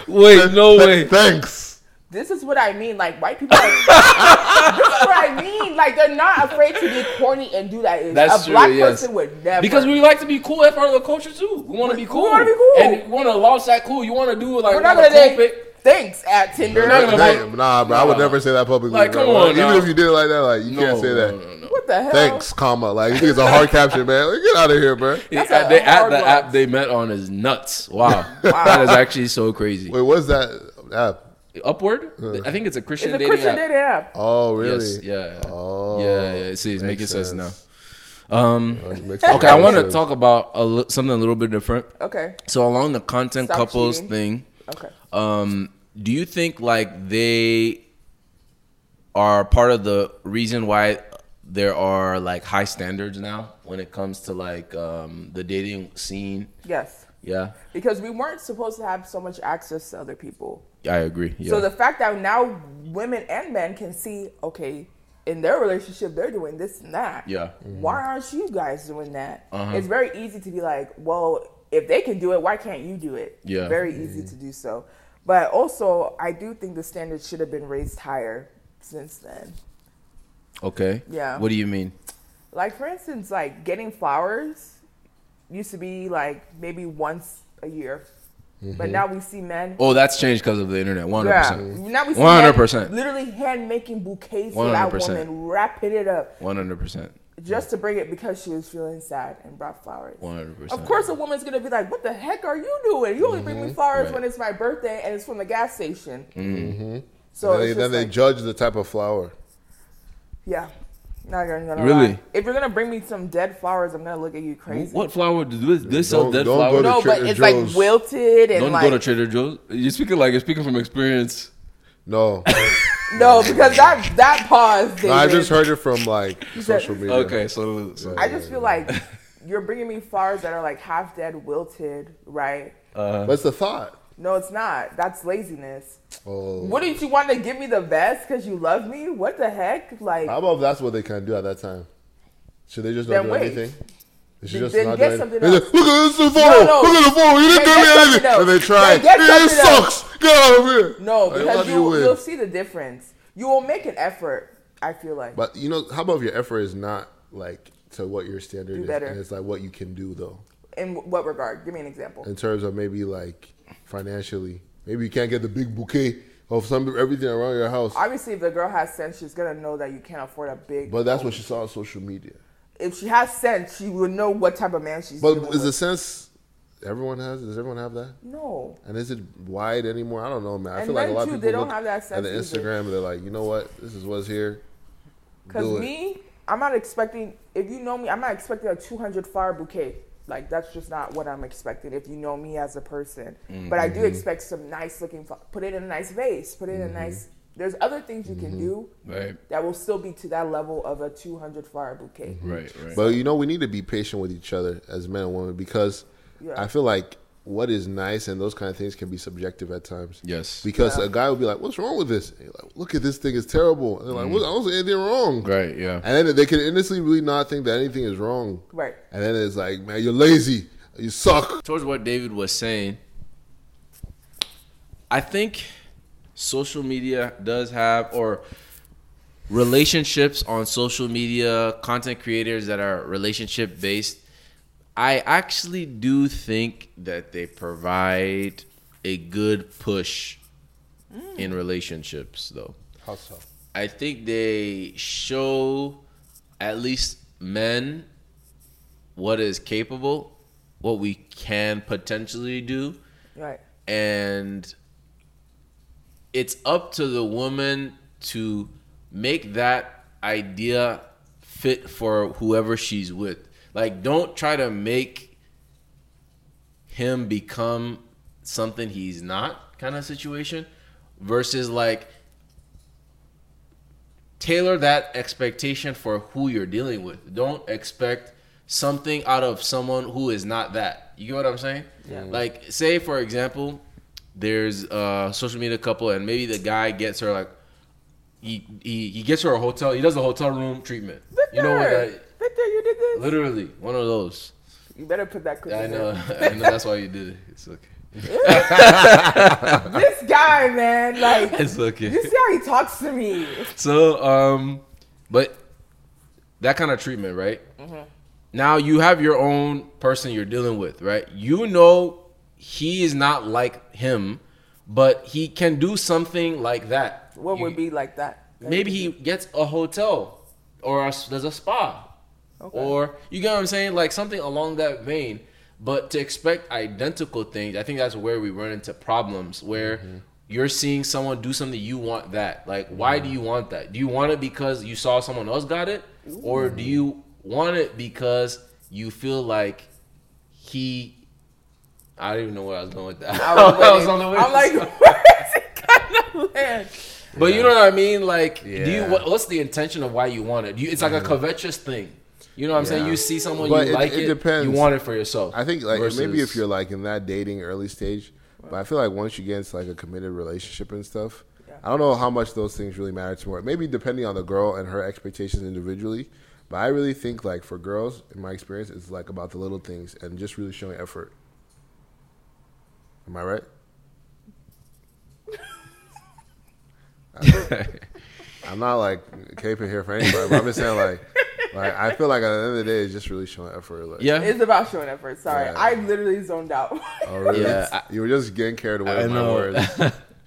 Speaker 2: Wait, no
Speaker 1: Th-
Speaker 2: way.
Speaker 1: Thanks.
Speaker 3: This is what I mean. Like white people. Are, this is what I mean. Like they're not afraid to be corny and do that.
Speaker 2: That's
Speaker 3: a
Speaker 2: true,
Speaker 3: black
Speaker 2: yes.
Speaker 3: person would never.
Speaker 2: Because we like to be cool as part of the culture too. We want to be cool.
Speaker 3: wanna be cool.
Speaker 2: And we want to launch that cool. You want to do like
Speaker 3: we're not
Speaker 2: a
Speaker 3: gonna date.
Speaker 2: cool pic.
Speaker 3: Thanks at Tinder.
Speaker 2: not gonna-
Speaker 1: Hey, nah, bro, I would
Speaker 2: Nah.
Speaker 1: never say that publicly.
Speaker 2: Like,
Speaker 1: bro.
Speaker 2: come on
Speaker 1: Even
Speaker 2: now.
Speaker 1: if you did it like that, like you can't
Speaker 2: No,
Speaker 1: say that.
Speaker 2: no, no, no.
Speaker 3: What the hell?
Speaker 1: Thanks, comma. Like it's a hard caption, man. Like, get out of here, bro.
Speaker 2: At,
Speaker 3: That's a
Speaker 2: the, at
Speaker 3: hard
Speaker 2: the
Speaker 3: one.
Speaker 2: app they met on is nuts. Wow, that is actually so crazy.
Speaker 1: Wait, what's that app?
Speaker 2: Upward, I think it's a Christian
Speaker 3: Uh. It's a
Speaker 2: dating
Speaker 3: Christian
Speaker 2: app.
Speaker 3: dating app.
Speaker 1: Oh, really?
Speaker 2: Yes, yeah,
Speaker 1: Oh,
Speaker 2: yeah, yeah. See, it's making sense,
Speaker 1: sense.
Speaker 2: now. Um,
Speaker 1: Makes
Speaker 3: Oh,
Speaker 2: okay, I
Speaker 1: more
Speaker 2: want to
Speaker 1: sense.
Speaker 2: talk about a, li- something a little bit different.
Speaker 3: Okay.
Speaker 2: So along the content
Speaker 3: Stop
Speaker 2: couples
Speaker 3: cheating.
Speaker 2: thing,
Speaker 3: Okay.
Speaker 2: um, do you think like they are part of the reason why there are like high standards now when it comes to like um, the dating scene?
Speaker 3: Yes.
Speaker 2: Yeah,
Speaker 3: Because we weren't supposed to have so much access to other people.
Speaker 2: I agree. Yeah.
Speaker 3: So the fact that now women and men can see, okay, in their relationship they're doing this and that.
Speaker 2: Yeah. Mm-hmm. Uh-huh.
Speaker 3: Why aren't you guys doing that? It's very easy to be like, well, if they can do it, why can't you do it?
Speaker 2: Yeah. Mm-hmm.
Speaker 3: Very easy to do so. But also, I do think the standards should have been raised higher since then.
Speaker 2: okay.
Speaker 3: Yeah.
Speaker 2: What do you mean?
Speaker 3: Like for instance, like getting flowers used to be like maybe once a year. But now we see men
Speaker 2: Oh, that's changed because of the internet. Mm-hmm. Oh, One hundred
Speaker 3: Yeah.
Speaker 2: percent.
Speaker 3: Now we see
Speaker 2: 100%.
Speaker 3: men Literally hand making bouquets for that
Speaker 2: 100%.
Speaker 3: woman, wrapping it up
Speaker 2: One hundred percent.
Speaker 3: just to bring it because she was feeling sad and brought flowers.
Speaker 2: One hundred percent. Mm-hmm.
Speaker 3: Of course, a woman's gonna be like, "What the heck are you doing? You only bring me flowers
Speaker 2: Right.
Speaker 3: when it's my birthday and it's from the gas station." Mm-hmm. So
Speaker 1: Then, they,
Speaker 3: it's
Speaker 1: then
Speaker 3: just
Speaker 1: they
Speaker 3: like,
Speaker 1: judge the type of flower.
Speaker 3: yeah. Not gonna, gonna
Speaker 2: Really?
Speaker 3: lie. If you're gonna bring me some dead flowers, I'm gonna look at you crazy.
Speaker 2: What flower? Do this, this sell
Speaker 1: Don't-
Speaker 2: dead
Speaker 1: don't
Speaker 2: flowers?
Speaker 1: go to
Speaker 3: No, but
Speaker 1: Trader Joe's.
Speaker 3: it's like wilted and
Speaker 2: Don't
Speaker 3: like
Speaker 2: go to Trader Joe's. You're speaking like you're speaking from experience.
Speaker 1: No,
Speaker 3: no, because that that pause.
Speaker 1: No, I
Speaker 3: David.
Speaker 1: just heard it from like
Speaker 3: said-
Speaker 1: social media.
Speaker 2: Okay, so, so
Speaker 3: I just feel like you're bringing me flowers that are like half dead, wilted, right?
Speaker 2: uh,
Speaker 1: What's the thought?
Speaker 3: No, it's not. That's laziness.
Speaker 1: Oh,
Speaker 3: Wouldn't you want to give me the best because you love me? What the heck? Like,
Speaker 1: how about if that's what they can do at that time? Should they just not
Speaker 3: Then
Speaker 1: do
Speaker 3: wait.
Speaker 1: anything? They should
Speaker 3: Then-
Speaker 1: just
Speaker 3: then
Speaker 1: not
Speaker 3: get
Speaker 1: do
Speaker 3: something
Speaker 1: anything. They just,
Speaker 3: else.
Speaker 1: Look at this is the photo.
Speaker 3: no.
Speaker 1: Look at the photo. You didn't give
Speaker 3: Then get
Speaker 1: me anything.
Speaker 3: something else.
Speaker 1: And they try.
Speaker 3: Then get
Speaker 1: It
Speaker 3: something else.
Speaker 1: sucks. Get out of here.
Speaker 3: no,
Speaker 1: Like,
Speaker 3: because
Speaker 1: what do
Speaker 3: you,
Speaker 1: win?
Speaker 3: you'll see the difference. You will make an effort. I feel like.
Speaker 1: But you know, how about if your effort is not like to what your standard is,
Speaker 3: better.
Speaker 1: and it's like what you can do though,
Speaker 3: In what regard? Give me an example.
Speaker 1: in terms of maybe like financially, maybe you can't get the big bouquet of some everything around your house.
Speaker 3: Obviously, if the girl has sense, she's gonna know that you can't afford a big.
Speaker 1: But that's what she saw on social media.
Speaker 3: if she has sense, she will know what type of man she's.
Speaker 1: But
Speaker 3: dealing
Speaker 1: is
Speaker 3: with.
Speaker 1: the sense everyone has? Does everyone have that?
Speaker 3: no?
Speaker 1: And is it wide anymore? I don't know, man. I
Speaker 3: And
Speaker 1: feel like a
Speaker 3: men,
Speaker 1: lot of
Speaker 3: too,
Speaker 1: people
Speaker 3: they don't
Speaker 1: look
Speaker 3: have that
Speaker 1: at
Speaker 3: sense
Speaker 1: the
Speaker 3: either.
Speaker 1: Instagram and they're like, you know what, this is what's here. Do
Speaker 3: Because
Speaker 1: it.
Speaker 3: me, I'm not expecting. If you know me, I'm not expecting a 200 flower bouquet. Like that's just not what I'm expecting. If you know
Speaker 2: Mm-hmm.
Speaker 3: me as a person, but I do expect some nice looking. fl- Put it in a nice vase. Put it in a nice There's other things you can do
Speaker 2: Mm-hmm. Right.
Speaker 3: that will still be to that level of a 200 flower bouquet.
Speaker 2: Right. Right.
Speaker 1: But you know, we need to be patient with each other as men and women because
Speaker 3: Yeah.
Speaker 1: I feel like what is nice and those kind of things can be subjective at times.
Speaker 2: yes.
Speaker 1: Because a guy will be like, "What's wrong with this?" And you're like, "Look at this thing is terrible." And they're like, "What? I don't see anything wrong."
Speaker 2: Right. Yeah.
Speaker 1: And then they can innocently really not think that anything is wrong.
Speaker 3: Right.
Speaker 1: And then it's like, "Man, you're lazy. You suck."
Speaker 2: towards what David was saying, I think social media does have or relationships on social media, content creators that are relationship based. I actually do think that they provide a good push in relationships though.
Speaker 1: How so?
Speaker 2: I think they show at least men what is capable, what we can potentially do,
Speaker 3: Right.
Speaker 2: and it's up to the woman to make that idea fit for whoever she's with. Like, don't try to make him become something he's not kind of situation versus like tailor that expectation for who you're dealing with. Don't expect something out of someone who is not that. You get what I'm saying?
Speaker 3: Yeah.
Speaker 2: Like, say for example, there's a social media couple, and maybe the guy gets her like he he, he gets her a hotel. He does a hotel room treatment.
Speaker 3: Victor,
Speaker 2: You know what? I,
Speaker 3: Victor, you did this.
Speaker 2: literally, one of those.
Speaker 3: You better put that clip
Speaker 2: I
Speaker 3: in there.
Speaker 2: know. I know. That's why you did it. It's okay.
Speaker 3: This guy, man, like,
Speaker 2: It's okay.
Speaker 3: you see how he talks to me.
Speaker 2: So, um, but that kind of treatment, right?
Speaker 3: Mm-hmm.
Speaker 2: Now you have your own person you're dealing with, right? You know he is not like him, but he can do something like that.
Speaker 3: What
Speaker 2: You-
Speaker 3: would be like that?
Speaker 2: Maybe he gets a hotel or a, there's a spa.
Speaker 3: Okay.
Speaker 2: Or you get what I'm saying? Like something along that vein. But to expect identical things, I think that's where we run into problems where
Speaker 3: Mm-hmm.
Speaker 2: you're seeing someone do something you want that. Like, why
Speaker 3: Mm-hmm.
Speaker 2: do you want that? Do you want it because you saw someone else got it? Or do you want it because you feel like he. I don't even know where I was going with that.
Speaker 3: I
Speaker 2: Oh, I
Speaker 3: was,
Speaker 2: was, on the way.
Speaker 3: I'm like, where is it gonna land?
Speaker 2: But you know what I mean? Like, do you
Speaker 1: Yeah. Mm-hmm.
Speaker 2: what, what's the intention of why you want it? Do you, it's like a covetous thing. You know what I'm saying?
Speaker 1: Yeah.
Speaker 2: You see someone
Speaker 1: But
Speaker 2: you
Speaker 1: it-
Speaker 2: like
Speaker 1: it
Speaker 2: it,
Speaker 1: depends.
Speaker 2: you want it for yourself.
Speaker 1: I think like maybe if
Speaker 2: versus-
Speaker 1: you're like in that dating early stage, but I feel like once you get into like a committed relationship and stuff,
Speaker 3: Yeah.
Speaker 1: I don't know how much those things really matter to more. Maybe depending on the girl and her expectations individually, but I really think like for girls, in my experience, it's like about the little things and just really showing effort. Am I right? I'm not like caping here for anybody, but I'm just saying like, like I feel like at the end of the day, it's just really showing effort. Like,
Speaker 2: yeah,
Speaker 3: It's about showing effort. Sorry,
Speaker 1: Yeah.
Speaker 3: I literally zoned out.
Speaker 1: Oh, really?
Speaker 2: Yeah, I-
Speaker 1: you were just getting carried away
Speaker 2: I
Speaker 1: with my
Speaker 2: know.
Speaker 1: words.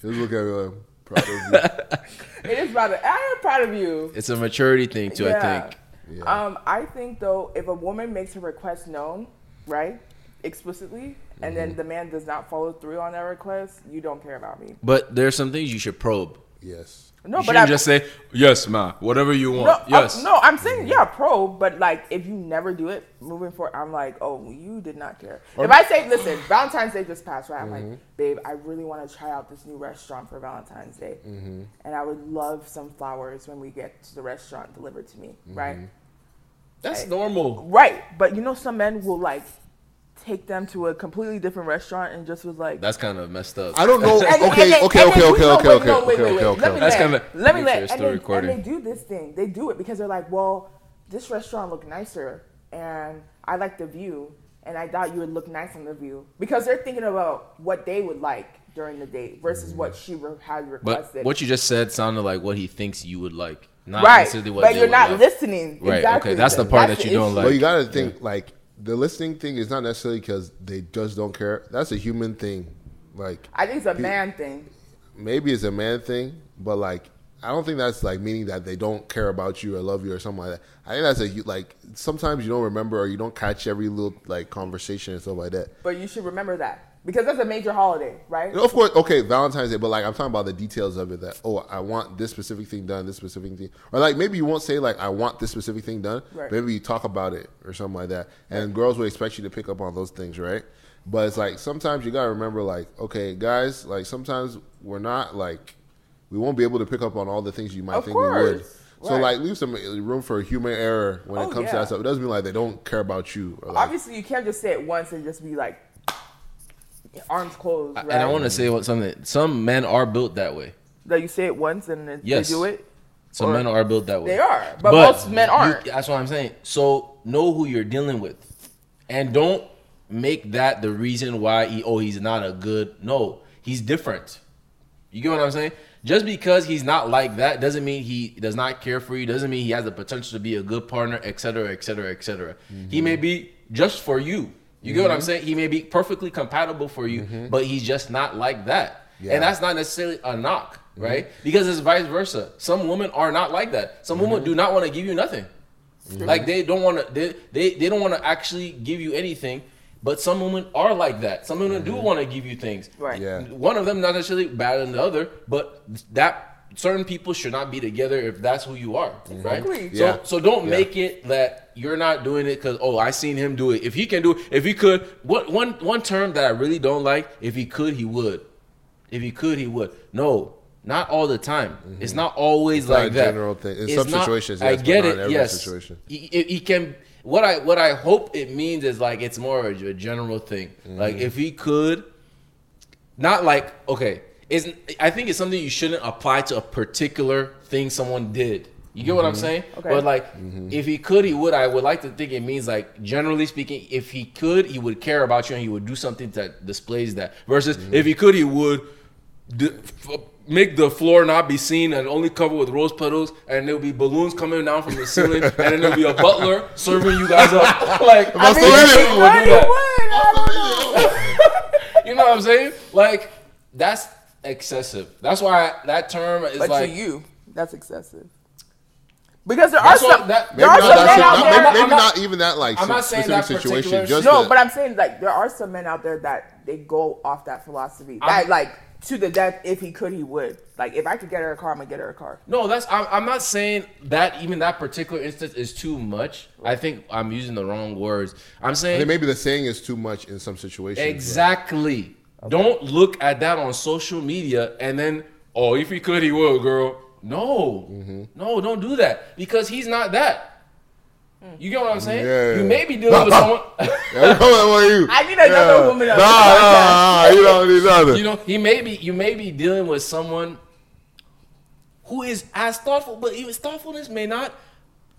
Speaker 1: She was looking at me like, proud of
Speaker 3: it is about it. I am proud of you.
Speaker 2: it's a maturity thing too.
Speaker 3: Yeah.
Speaker 2: I think.
Speaker 1: you. Yeah.
Speaker 3: Um, I think though, if a woman makes her request known, right, explicitly, and then
Speaker 2: Mm-hmm.
Speaker 3: the man does not follow through on that request, you don't care about me.
Speaker 2: But there's some things you should probe.
Speaker 1: yes.
Speaker 3: No,
Speaker 2: you
Speaker 3: but
Speaker 2: shouldn't
Speaker 3: I'm
Speaker 2: just say yes, ma. Whatever you want.
Speaker 3: no, I'm-
Speaker 2: yes.
Speaker 3: uh, no, I'm saying yeah, pro. But like, if you never do it moving forward, I'm like, oh, you did not care. if I say, listen, Valentine's Day just passed, right? I'm like, babe, I really want to try out this new restaurant for Valentine's Day, and I would love some flowers when we get to the restaurant delivered to me, right?
Speaker 2: That's normal.
Speaker 3: Right, but you know, some men will like take them to a completely different restaurant and just was like.
Speaker 2: That's kind of messed up.
Speaker 1: I don't know.
Speaker 3: And- and
Speaker 1: Okay,
Speaker 3: they-
Speaker 1: okay,
Speaker 3: and they
Speaker 1: okay,
Speaker 3: do-
Speaker 1: okay,
Speaker 3: no,
Speaker 1: okay,
Speaker 3: wait,
Speaker 1: okay,
Speaker 3: no, wait,
Speaker 1: okay,
Speaker 3: wait,
Speaker 1: okay,
Speaker 3: wait. Let me
Speaker 1: okay.
Speaker 2: That's
Speaker 3: land.
Speaker 2: kinda-
Speaker 3: Let me
Speaker 2: Make sure
Speaker 3: let.
Speaker 2: it's
Speaker 3: And
Speaker 2: still
Speaker 3: they, and
Speaker 2: recording.
Speaker 3: they do this thing. They do it because they're like, well, this restaurant looked nicer, and I like the view, and I thought you would look nice on the view because they're thinking about what they would like during the date versus what she re- had
Speaker 2: But
Speaker 3: requested.
Speaker 2: what you just said sounded like what he thinks you would like, not
Speaker 3: right,
Speaker 2: necessarily what
Speaker 3: but
Speaker 2: they
Speaker 3: you're
Speaker 2: would
Speaker 3: not
Speaker 2: like.
Speaker 3: listening.
Speaker 2: Right, okay,
Speaker 3: Exactly.
Speaker 2: that's the part that you don't
Speaker 3: issue.
Speaker 2: like.
Speaker 1: But you gotta think like the listening thing is not necessarily because they just don't care. That's a human thing. Like
Speaker 3: I think it's a man thing.
Speaker 1: maybe it's a man thing, but like I don't think that's like meaning that they don't care about you or love you or something like that. I think that's a hu- like sometimes you don't remember or you don't catch every little like conversation and stuff like that.
Speaker 3: But you should remember that because that's a major holiday, right?
Speaker 1: And of course, okay, Valentine's Day, but like I'm talking about the details of it. That oh, I want this specific thing done, this specific thing, or like maybe you won't say like I want this specific thing done.
Speaker 3: Right.
Speaker 1: Maybe you talk about it or something like that, and girls would expect you to pick up on those things, right? But it's like sometimes you gotta remember, like okay, guys, like sometimes we're not like we won't be able to pick up on all the things you might
Speaker 3: Of
Speaker 1: think we would.
Speaker 3: course.
Speaker 1: So
Speaker 3: Right.
Speaker 1: like leave some room for human error when
Speaker 3: Oh,
Speaker 1: it comes to
Speaker 3: yeah.
Speaker 1: that stuff. It doesn't mean like they don't care about you. Or like,
Speaker 3: Obviously, you can't just say it once and just be like, arms closed, right?
Speaker 2: And I want to say what something. Some men are built that way.
Speaker 3: that you say it once and then
Speaker 2: Yes.
Speaker 3: they do it.
Speaker 2: Some
Speaker 3: Or-
Speaker 2: men are built that way.
Speaker 3: They are, but most men
Speaker 2: you-
Speaker 3: aren't.
Speaker 2: that's what I'm saying. So know who you're dealing with, and don't make that the reason why. He, oh, he's not a good. No, he's different. You get what I'm saying? Just because he's not like that doesn't mean he does not care for you. Doesn't mean he has the potential to be a good partner, et cetera, et cetera, et cetera. He may be just for you. You get what I'm saying? He may be perfectly compatible for you, but he's just not like that.
Speaker 1: Yeah.
Speaker 2: And that's not necessarily a knock, right? Because it's vice versa. Some women are not like that. Some women do not want to give you nothing. Like they don't want to they, they they don't want to actually give you anything. But some women are like that. Some women do want to give you things.
Speaker 3: Right.
Speaker 1: Yeah.
Speaker 2: One of them not necessarily better than the other, but that certain people should not be together if that's who you are. Right?
Speaker 3: Exactly.
Speaker 2: So
Speaker 1: Yeah.
Speaker 2: so don't
Speaker 1: Yeah.
Speaker 2: make it that you're not doing it because oh I seen him do it. If he can do it, if he could, what one one term that I really don't like, if he could, he would. If he could, he would. No, not all the time. It's
Speaker 1: Mm-hmm.
Speaker 2: not always
Speaker 1: not
Speaker 2: like
Speaker 1: a
Speaker 2: that.
Speaker 1: general thing. In some situations,
Speaker 2: I
Speaker 1: yes, but
Speaker 2: get
Speaker 1: not
Speaker 2: it.
Speaker 1: in every
Speaker 2: yes,
Speaker 1: situation.
Speaker 2: He, he- he can. What I what I hope it means is like it's more of a general thing.
Speaker 1: Mm.
Speaker 2: Like if he could, not like okay. Is I think it's something you shouldn't apply to a particular thing someone did. You get what I'm saying?
Speaker 3: Okay.
Speaker 2: But like, if he could, he would. I would like to think it means like, generally speaking, if he could, he would care about you and he would do something that displays that. Versus, if he could, he would d- f- make the floor not be seen and only cover with rose petals, and there'll be balloons coming down from the ceiling, and then there'll be a butler serving you guys up. like,
Speaker 1: I
Speaker 3: I
Speaker 1: So
Speaker 3: mean,
Speaker 1: many
Speaker 3: you
Speaker 1: people
Speaker 3: would,
Speaker 2: do
Speaker 3: you
Speaker 2: that.
Speaker 3: would, I don't know.
Speaker 2: you know what I'm saying? Like, that's excessive. That's why that term is
Speaker 3: But
Speaker 2: like
Speaker 3: to you, that's excessive. Because there are
Speaker 2: That's what-
Speaker 3: some,
Speaker 2: that-
Speaker 3: there are
Speaker 2: maybe
Speaker 1: Maybe not,
Speaker 3: some
Speaker 2: that's
Speaker 3: men
Speaker 1: that-
Speaker 3: out
Speaker 1: not-
Speaker 3: there.
Speaker 1: maybe,
Speaker 2: I'm
Speaker 1: maybe
Speaker 2: not-
Speaker 1: not even that like
Speaker 2: I'm not saying
Speaker 1: specific
Speaker 2: that
Speaker 1: situation.
Speaker 2: particular-
Speaker 1: Just
Speaker 3: no,
Speaker 1: the-
Speaker 3: but I'm saying like there are some men out there that they go off that philosophy.
Speaker 2: I'm-
Speaker 3: that like to the death, if he could, he would. Like if I could get her a car, I'm gonna get her a car.
Speaker 2: No, that's I'm, I'm not saying that even that particular instance is too much. I think I'm using the wrong words. I'm
Speaker 1: I think
Speaker 2: saying
Speaker 1: maybe the saying is too much in some situations. but-
Speaker 2: exactly. Don't look at that on social media and then oh, if he could, he would, girl. No,
Speaker 3: Mm-hmm.
Speaker 2: no, don't do that because he's not that. You get what I'm saying?
Speaker 1: Yeah.
Speaker 2: You may be dealing with someone.
Speaker 1: Yeah, what are you?
Speaker 3: I need another woman
Speaker 1: Nah,
Speaker 3: on
Speaker 1: nah,
Speaker 3: this
Speaker 1: nah, you don't need another.
Speaker 2: you know, he may be you may be dealing with someone who is as thoughtful, but even thoughtfulness may not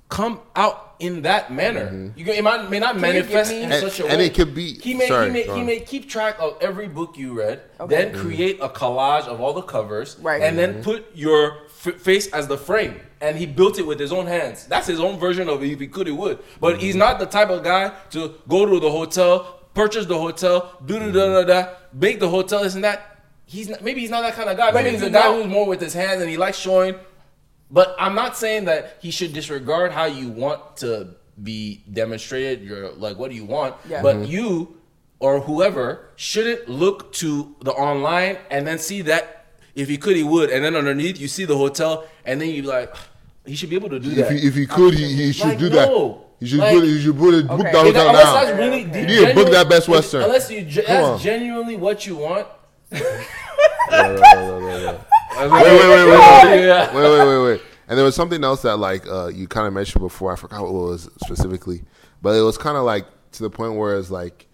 Speaker 2: come out in that manner. You get- it might, may not
Speaker 3: you give
Speaker 2: manifest
Speaker 3: me-
Speaker 2: in
Speaker 1: Mm-hmm. And-
Speaker 2: such a way.
Speaker 1: and it could be-
Speaker 2: he may
Speaker 1: sorry,
Speaker 2: he may
Speaker 1: go
Speaker 2: he
Speaker 1: on.
Speaker 2: may keep track of every book you read,
Speaker 3: Okay. Mm-hmm.
Speaker 2: then create a collage of all the covers,
Speaker 3: Right. Mm-hmm.
Speaker 2: and then put your f- face as the frame. And he built it with his own hands. That's his own version of if he could, he would. But
Speaker 3: Mm-hmm.
Speaker 2: he's not the type of guy to go to the hotel, purchase the hotel, do da da da da, make the hotel this and that. He's not, maybe he's not that kind of guy. Maybe he's a guy who's more with his hands and he likes showing. But I'm not saying that he should disregard how you want to be demonstrated. Your like, what do you want?
Speaker 3: Yeah.
Speaker 2: But
Speaker 1: Mm-hmm.
Speaker 2: you or whoever shouldn't look to the online and then see that if he could, he would. And then underneath, you see the hotel, and then you be like, he should be able to do
Speaker 1: If
Speaker 2: that.
Speaker 1: he, if he could, he, he should
Speaker 2: Like,
Speaker 1: do that.
Speaker 2: no.
Speaker 1: He should
Speaker 2: Like-
Speaker 1: put he should put it, book
Speaker 3: Okay.
Speaker 1: that
Speaker 2: If-
Speaker 1: hotel
Speaker 2: unless
Speaker 1: now.
Speaker 2: that's really
Speaker 3: Okay.
Speaker 2: de-
Speaker 1: You didn't book
Speaker 2: genuine-
Speaker 1: that Best
Speaker 2: if-
Speaker 1: Western.
Speaker 2: Unless you ge-
Speaker 1: Come on.
Speaker 2: that's genuinely what you want.
Speaker 1: Wait, wait, wait, wait, wait,
Speaker 2: Yeah.
Speaker 1: wait, wait, wait, wait. And there was something else that like uh, you kind of mentioned before. I forgot what it was specifically, but it was kind of like to the point where it's like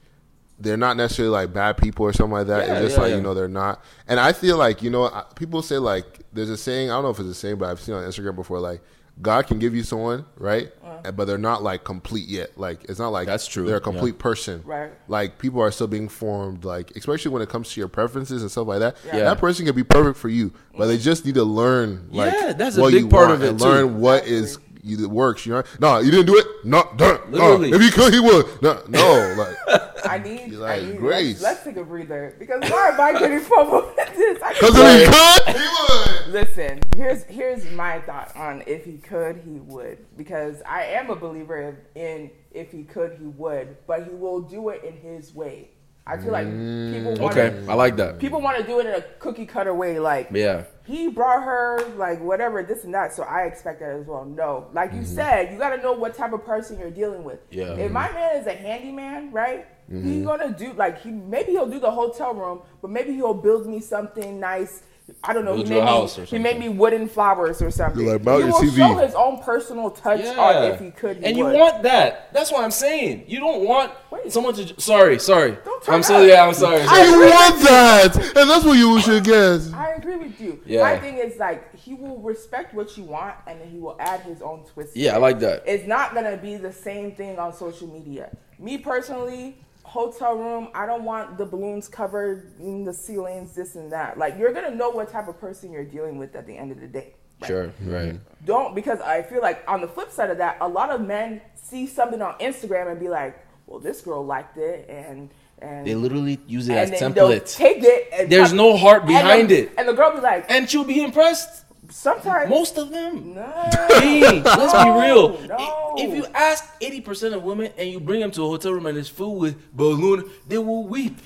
Speaker 1: they're not necessarily like bad people or something like that.
Speaker 2: Yeah,
Speaker 1: it's just
Speaker 2: yeah,
Speaker 1: like
Speaker 2: yeah.
Speaker 1: you know they're not. And I feel like you know I- people say like there's a saying I don't know if it's the same, but I've seen it on Instagram before like. God can give you someone, right?
Speaker 2: Uh-huh.
Speaker 1: And- But they're not like complete yet. Like it's not like
Speaker 2: That's true,
Speaker 1: They're a
Speaker 2: yeah.
Speaker 1: complete person,
Speaker 3: Right.
Speaker 1: Like people are still being formed, like especially when it comes to your preferences and stuff like that.
Speaker 2: Yeah. Mm-hmm.
Speaker 1: That person can be perfect for you, but they just need to learn like
Speaker 2: Yeah, that's a
Speaker 1: what
Speaker 2: big
Speaker 1: you
Speaker 2: part
Speaker 1: want
Speaker 2: of it,
Speaker 1: and
Speaker 2: too.
Speaker 1: learn what is you that works. You know, no, you didn't do it. No, duh, no.
Speaker 2: Literally.
Speaker 1: If he could, he would. No, no. Like,
Speaker 3: I need,
Speaker 1: You're like,
Speaker 3: I need
Speaker 1: Grace.
Speaker 3: Let's, let's take a breather because why am I getting fumbled at this? I
Speaker 1: because
Speaker 3: can't-
Speaker 1: if he could, he would.
Speaker 3: Listen, here's here's my thought on if he could, he would. Because I am a believer in if he could, he would. But he will do it in his way. I feel like people want to
Speaker 2: I like that.
Speaker 3: people want to do it in a cookie cutter way, like
Speaker 2: Yeah.
Speaker 3: he brought her like whatever this and that so i expect that as well no like you said you got to know what type of person you're dealing with
Speaker 2: Mm-hmm. Yeah. Mm-hmm.
Speaker 3: if my man is a handyman right he's gonna do like he maybe he'll do the hotel room but maybe he'll build me something nice I don't know.
Speaker 2: Build
Speaker 3: He
Speaker 2: you a
Speaker 3: made,
Speaker 2: house or
Speaker 3: me, he made me wooden flowers or something.
Speaker 1: You're like, mount
Speaker 3: he
Speaker 1: your
Speaker 3: will
Speaker 1: TV.
Speaker 3: show his own personal touch on it if he could. He
Speaker 2: and you
Speaker 3: would.
Speaker 2: want that. That's what I'm saying. You don't want
Speaker 3: Wait.
Speaker 2: someone to. j- Sorry, sorry.
Speaker 3: Don't turn
Speaker 2: I'm so
Speaker 3: up.
Speaker 2: yeah. I'm sorry.
Speaker 1: I
Speaker 2: sorry.
Speaker 1: want that, and that's what you should get.
Speaker 3: I agree with you.
Speaker 2: Yeah.
Speaker 3: My thing is like he will respect what you want, and then he will add his own twist. to
Speaker 2: Yeah, I
Speaker 3: it.
Speaker 2: like that.
Speaker 3: It's not gonna be the same thing on social media. Me personally, hotel room. I don't want the balloons covered in the ceilings, this and that. Like you're gonna know what type of person you're dealing with at the end of the day. Like,
Speaker 2: Sure. Right.
Speaker 3: don't because I feel like on the flip side of that, a lot of men see something on Instagram and be like, "Well, this girl liked it," and and
Speaker 2: They literally use it
Speaker 3: and
Speaker 2: as
Speaker 3: then they'll
Speaker 2: template.
Speaker 3: Take it. And
Speaker 2: There's
Speaker 3: cut-
Speaker 2: no heart
Speaker 3: and the-
Speaker 2: behind it.
Speaker 3: And the girl be like,
Speaker 2: and you'll be impressed.
Speaker 3: sometimes
Speaker 2: Most of them.
Speaker 3: No.
Speaker 2: Hey, let's be
Speaker 3: No,
Speaker 2: real.
Speaker 3: no.
Speaker 2: I- If you ask 80% of women and you bring them to a hotel room and it's filled with balloon, they will weep.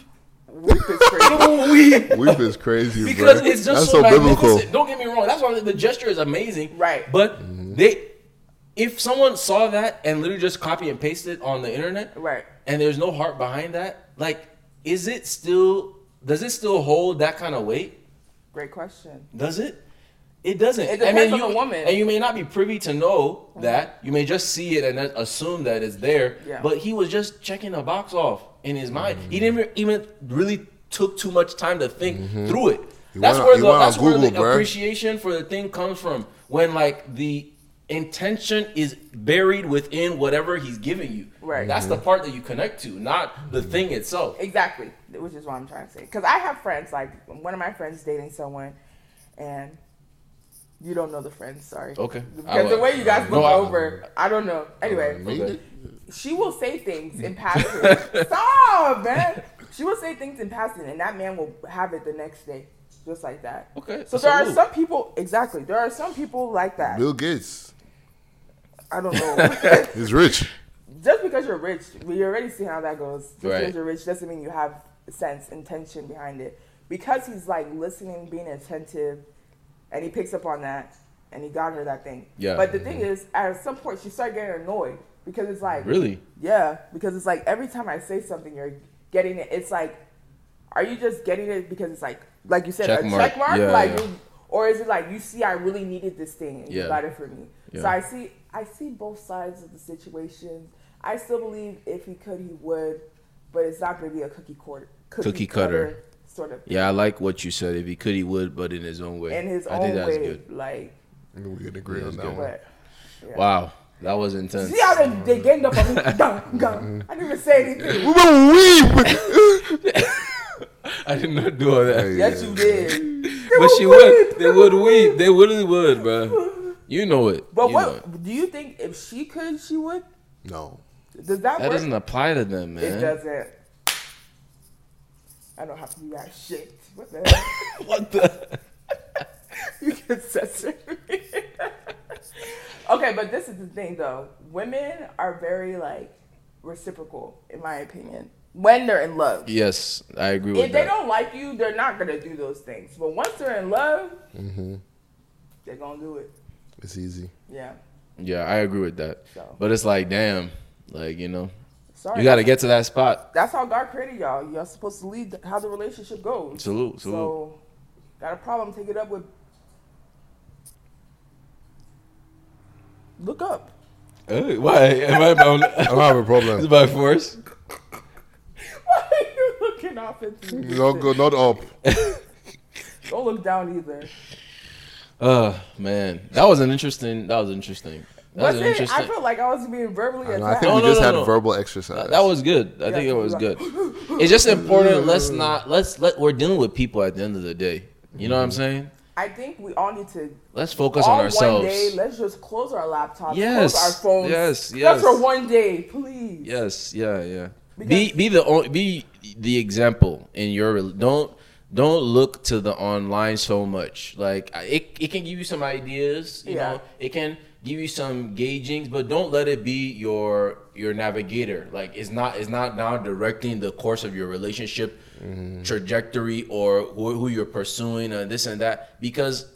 Speaker 3: Weep is crazy.
Speaker 2: They will weep.
Speaker 1: Weep is crazy,
Speaker 2: Because
Speaker 1: bro.
Speaker 2: it's just
Speaker 1: that's
Speaker 2: so,
Speaker 1: so,
Speaker 2: magnificent.
Speaker 1: biblical.
Speaker 2: Don't get me wrong. That's why the- the gesture is amazing.
Speaker 3: Right.
Speaker 2: But
Speaker 1: Mm-hmm.
Speaker 2: they, if someone saw that and literally just copy and paste it on the internet,
Speaker 3: Right.
Speaker 2: and there's no heart behind that, like, is it still? Does it still hold that kind of weight?
Speaker 3: Great question.
Speaker 2: Does it? It doesn't.
Speaker 3: It
Speaker 2: And
Speaker 3: depends
Speaker 2: then
Speaker 3: on
Speaker 2: you,
Speaker 3: the woman. Mm-hmm.
Speaker 2: And you may not be privy to know that. You may just see it and then assume that it's there.
Speaker 3: Yeah.
Speaker 2: But he was just checking a box off in his mind. He
Speaker 1: Mm-hmm.
Speaker 2: didn't even really took too much time to think through it.
Speaker 1: He
Speaker 2: that's
Speaker 1: went on-
Speaker 2: where
Speaker 1: he
Speaker 2: the,
Speaker 1: went on
Speaker 2: that's where
Speaker 1: Google,
Speaker 2: the
Speaker 1: bruh.
Speaker 2: appreciation for the thing comes from. When like the intention is buried within whatever he's giving you.
Speaker 3: Right.
Speaker 2: That's
Speaker 1: Mm-hmm.
Speaker 2: the part that you connect to, not the thing itself.
Speaker 3: Exactly, which is what I'm trying to say. Because I have friends, like one of my friends is dating someone, and you don't know the friend. Sorry.
Speaker 2: Okay. I
Speaker 3: Because
Speaker 2: will-
Speaker 3: the way you guys
Speaker 2: No,
Speaker 3: look
Speaker 2: I-
Speaker 3: over, I don't know. Anyway,
Speaker 2: Okay.
Speaker 3: she will say things in passing. Stop, man. She will say things in passing, and that man will have it the next day, just like that.
Speaker 2: Okay,
Speaker 3: So there are
Speaker 2: salute.
Speaker 3: some people. Exactly. There are some people like that.
Speaker 1: Bill Gates
Speaker 3: I don't know.
Speaker 1: is rich.
Speaker 3: just because you're rich, we already see how that goes. Just
Speaker 2: Right.
Speaker 3: because you're rich doesn't mean you have sense, intention behind it. Because he's like listening, being attentive, and he picks up on that, and he got her that thing.
Speaker 2: Yeah.
Speaker 3: But the thing is, at some point, she started getting annoyed because it's like,
Speaker 2: Really?
Speaker 3: yeah, because it's like every time I say something, you're getting it. It's like, are you just getting it because it's like, like you said,
Speaker 2: Check
Speaker 3: a
Speaker 2: mark.
Speaker 3: check mark?
Speaker 2: Yeah,
Speaker 3: like,
Speaker 2: yeah.
Speaker 3: you- or is it like you see, I really needed this thing and
Speaker 2: Yeah.
Speaker 3: you got it for me? So
Speaker 2: Yeah.
Speaker 3: I see, I see both sides of the situation. I still believe if he could, he would, but it's not going to be a cookie cutter,
Speaker 2: Cookie cutter.
Speaker 3: sort of
Speaker 2: Yeah, I like what you said. If he could, he would, but in his own way.
Speaker 3: in his
Speaker 2: I
Speaker 3: own
Speaker 2: think that's
Speaker 3: way.
Speaker 2: good. Mm.
Speaker 3: Like,
Speaker 1: We can agree on that
Speaker 2: good.
Speaker 1: one.
Speaker 3: but
Speaker 2: Wow, that was intense.
Speaker 3: see how they, they gang up on me? Gun,
Speaker 2: Mm-hmm.
Speaker 3: gun. I didn't even say anything.
Speaker 1: We gonna weep.
Speaker 2: I did not do all that.
Speaker 3: Yes, you did.
Speaker 2: But she would. They would weep. They really would, bro. You know it.
Speaker 3: But
Speaker 2: You know it.
Speaker 3: what do you think? If she could, she would.
Speaker 1: No.
Speaker 3: Does that,
Speaker 2: That
Speaker 3: work?
Speaker 2: doesn't apply to them, man.
Speaker 3: It doesn't. I don't have to do that shit. What the hell?
Speaker 2: What the?
Speaker 3: you can censor me. okay, but this is the thing though. Women are very like reciprocal, in my opinion, when they're in love.
Speaker 2: Yes, I agree with
Speaker 3: If they
Speaker 2: that.
Speaker 3: don't like you, they're not gonna do those things. But once they're in love,
Speaker 2: Mm-hmm.
Speaker 3: they're gonna do it.
Speaker 1: It's easy.
Speaker 3: Yeah.
Speaker 2: yeah, I agree with that.
Speaker 3: So.
Speaker 2: But it's like, damn, like you know,
Speaker 3: Sorry.
Speaker 2: you got to get to that spot.
Speaker 3: That's how God created y'all. Y'all supposed to lead how the relationship goes.
Speaker 2: Salute, salute.
Speaker 3: So, got a problem? Take it up with. Look up.
Speaker 2: Hey, why am I bound?
Speaker 1: I don't have a
Speaker 2: Is it
Speaker 1: problem.
Speaker 2: by force?
Speaker 3: Why are you looking up at me?
Speaker 1: Don't go, not up.
Speaker 3: Don't look down either.
Speaker 2: Oh man, that was an interesting. That was interesting. That
Speaker 3: Was
Speaker 2: an
Speaker 3: it? I feel like I was being verbally
Speaker 1: And I
Speaker 3: attacked.
Speaker 1: think we
Speaker 2: no,
Speaker 1: just
Speaker 2: no,
Speaker 1: had
Speaker 2: no.
Speaker 1: verbal exercise.
Speaker 2: Uh, That, that was good. I
Speaker 3: Yeah,
Speaker 2: think it
Speaker 3: you
Speaker 2: was
Speaker 3: like-
Speaker 2: good. It's just important. Let's not. Let's let. We're dealing with people at the end of the day. You know what I'm saying?
Speaker 3: I think we all need to
Speaker 2: Let's focus
Speaker 3: Mm-hmm. all
Speaker 2: on
Speaker 3: one day.
Speaker 2: ourselves.
Speaker 3: Let's just close our laptops,
Speaker 2: Yes,
Speaker 3: close our phones.
Speaker 2: yes, yes.
Speaker 3: Just for one day, please.
Speaker 2: Yes. Yeah. Yeah. be
Speaker 3: Because-
Speaker 2: be the on- be the example in your rel- don't don't look to the online so much. Like I- it it can give you some ideas. You
Speaker 3: Yeah.
Speaker 2: know, it can give you some gaugings, but don't let it be your your navigator. Like it's not it's not now directing the course of your relationship trajectory or who, who you're pursuing and this and that because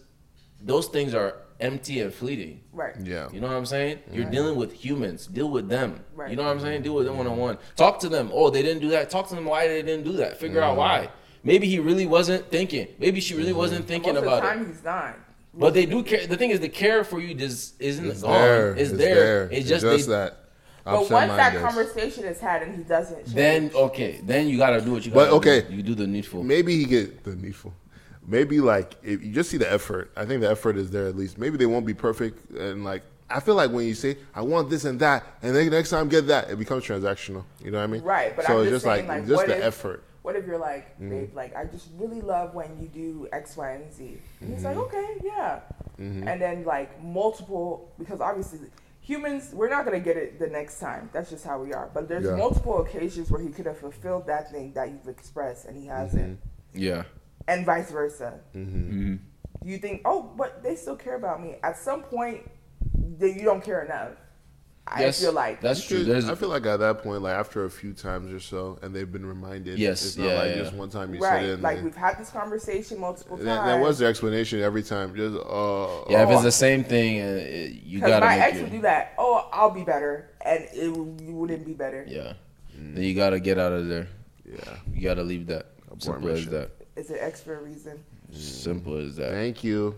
Speaker 2: those things are empty and fleeting.
Speaker 3: Right.
Speaker 1: Yeah.
Speaker 2: You know what I'm saying? You're dealing with humans. Deal with them.
Speaker 3: Right.
Speaker 2: You know what I'm saying? Deal with them one on one. Talk to them. Oh, they didn't do that. Talk to them why they didn't do that. Figure out why.
Speaker 1: Mm-hmm.
Speaker 2: Maybe he really wasn't thinking. Maybe she really wasn't thinking
Speaker 3: Most of the
Speaker 2: about it.
Speaker 3: time, he's not.
Speaker 2: But they do care. The thing is, the care for you just isn't
Speaker 1: It's
Speaker 2: gone.
Speaker 1: there.
Speaker 2: It's, there. It's just, they,
Speaker 1: that.
Speaker 3: But
Speaker 1: Absent
Speaker 3: once that
Speaker 1: minded.
Speaker 3: conversation is had and he doesn't change,
Speaker 2: then okay. Then you gotta do what you.
Speaker 1: But,
Speaker 2: Gotta
Speaker 1: okay.
Speaker 2: do. you do the needful.
Speaker 1: maybe he get the needful. Maybe like if you just see the effort. I think the effort is there at least. Maybe they won't be perfect and like I feel like when you say I want this and that, and then next time get that, it becomes transactional. You know what I mean?
Speaker 3: right? But
Speaker 1: so
Speaker 3: I'm
Speaker 1: it's
Speaker 3: just,
Speaker 1: just
Speaker 3: saying,
Speaker 1: like,
Speaker 3: like,
Speaker 1: just
Speaker 3: what
Speaker 1: the
Speaker 3: if,
Speaker 1: effort.
Speaker 3: What if you're like,
Speaker 1: Mm-hmm.
Speaker 3: babe, like I just really love when you do X, Y, and Z? And he's like,
Speaker 1: Mm-hmm.
Speaker 3: okay, yeah. And then like multiple, because obviously humans, we're not gonna get it the next time. That's just how we are. But there's
Speaker 1: Yeah.
Speaker 3: multiple occasions where he could have fulfilled that thing that you've expressed and he hasn't,
Speaker 1: Mm-hmm.
Speaker 2: Yeah.
Speaker 3: and vice versa.
Speaker 2: Mm-hmm.
Speaker 3: You think, oh, but they still care about me. At some point, that you don't care enough. I
Speaker 2: Yes,
Speaker 3: feel like
Speaker 2: that's true. There's,
Speaker 1: I feel like at that point, like after a few times or so, and they've been reminded.
Speaker 2: Yes,
Speaker 1: it's not
Speaker 2: yeah,
Speaker 1: like
Speaker 2: yeah.
Speaker 1: just one time you said it.
Speaker 3: Right,
Speaker 1: And
Speaker 3: like
Speaker 1: they-
Speaker 3: we've had this conversation multiple times.
Speaker 1: that, that was the explanation every time. Just uh,
Speaker 2: yeah, if
Speaker 1: uh,
Speaker 2: it's the same thing, uh, it- you
Speaker 3: Because
Speaker 2: gotta
Speaker 3: my
Speaker 2: make
Speaker 3: ex
Speaker 2: your,
Speaker 3: would do that. Oh, I'll be better, and it, w- you wouldn't be better.
Speaker 2: Yeah.
Speaker 1: Mm.
Speaker 2: Then you gotta get out of there.
Speaker 1: yeah.
Speaker 2: You gotta leave that. Simple as
Speaker 1: mission.
Speaker 2: that.
Speaker 3: It's an ex for a reason.
Speaker 1: Mm.
Speaker 2: Simple as that.
Speaker 1: Thank you.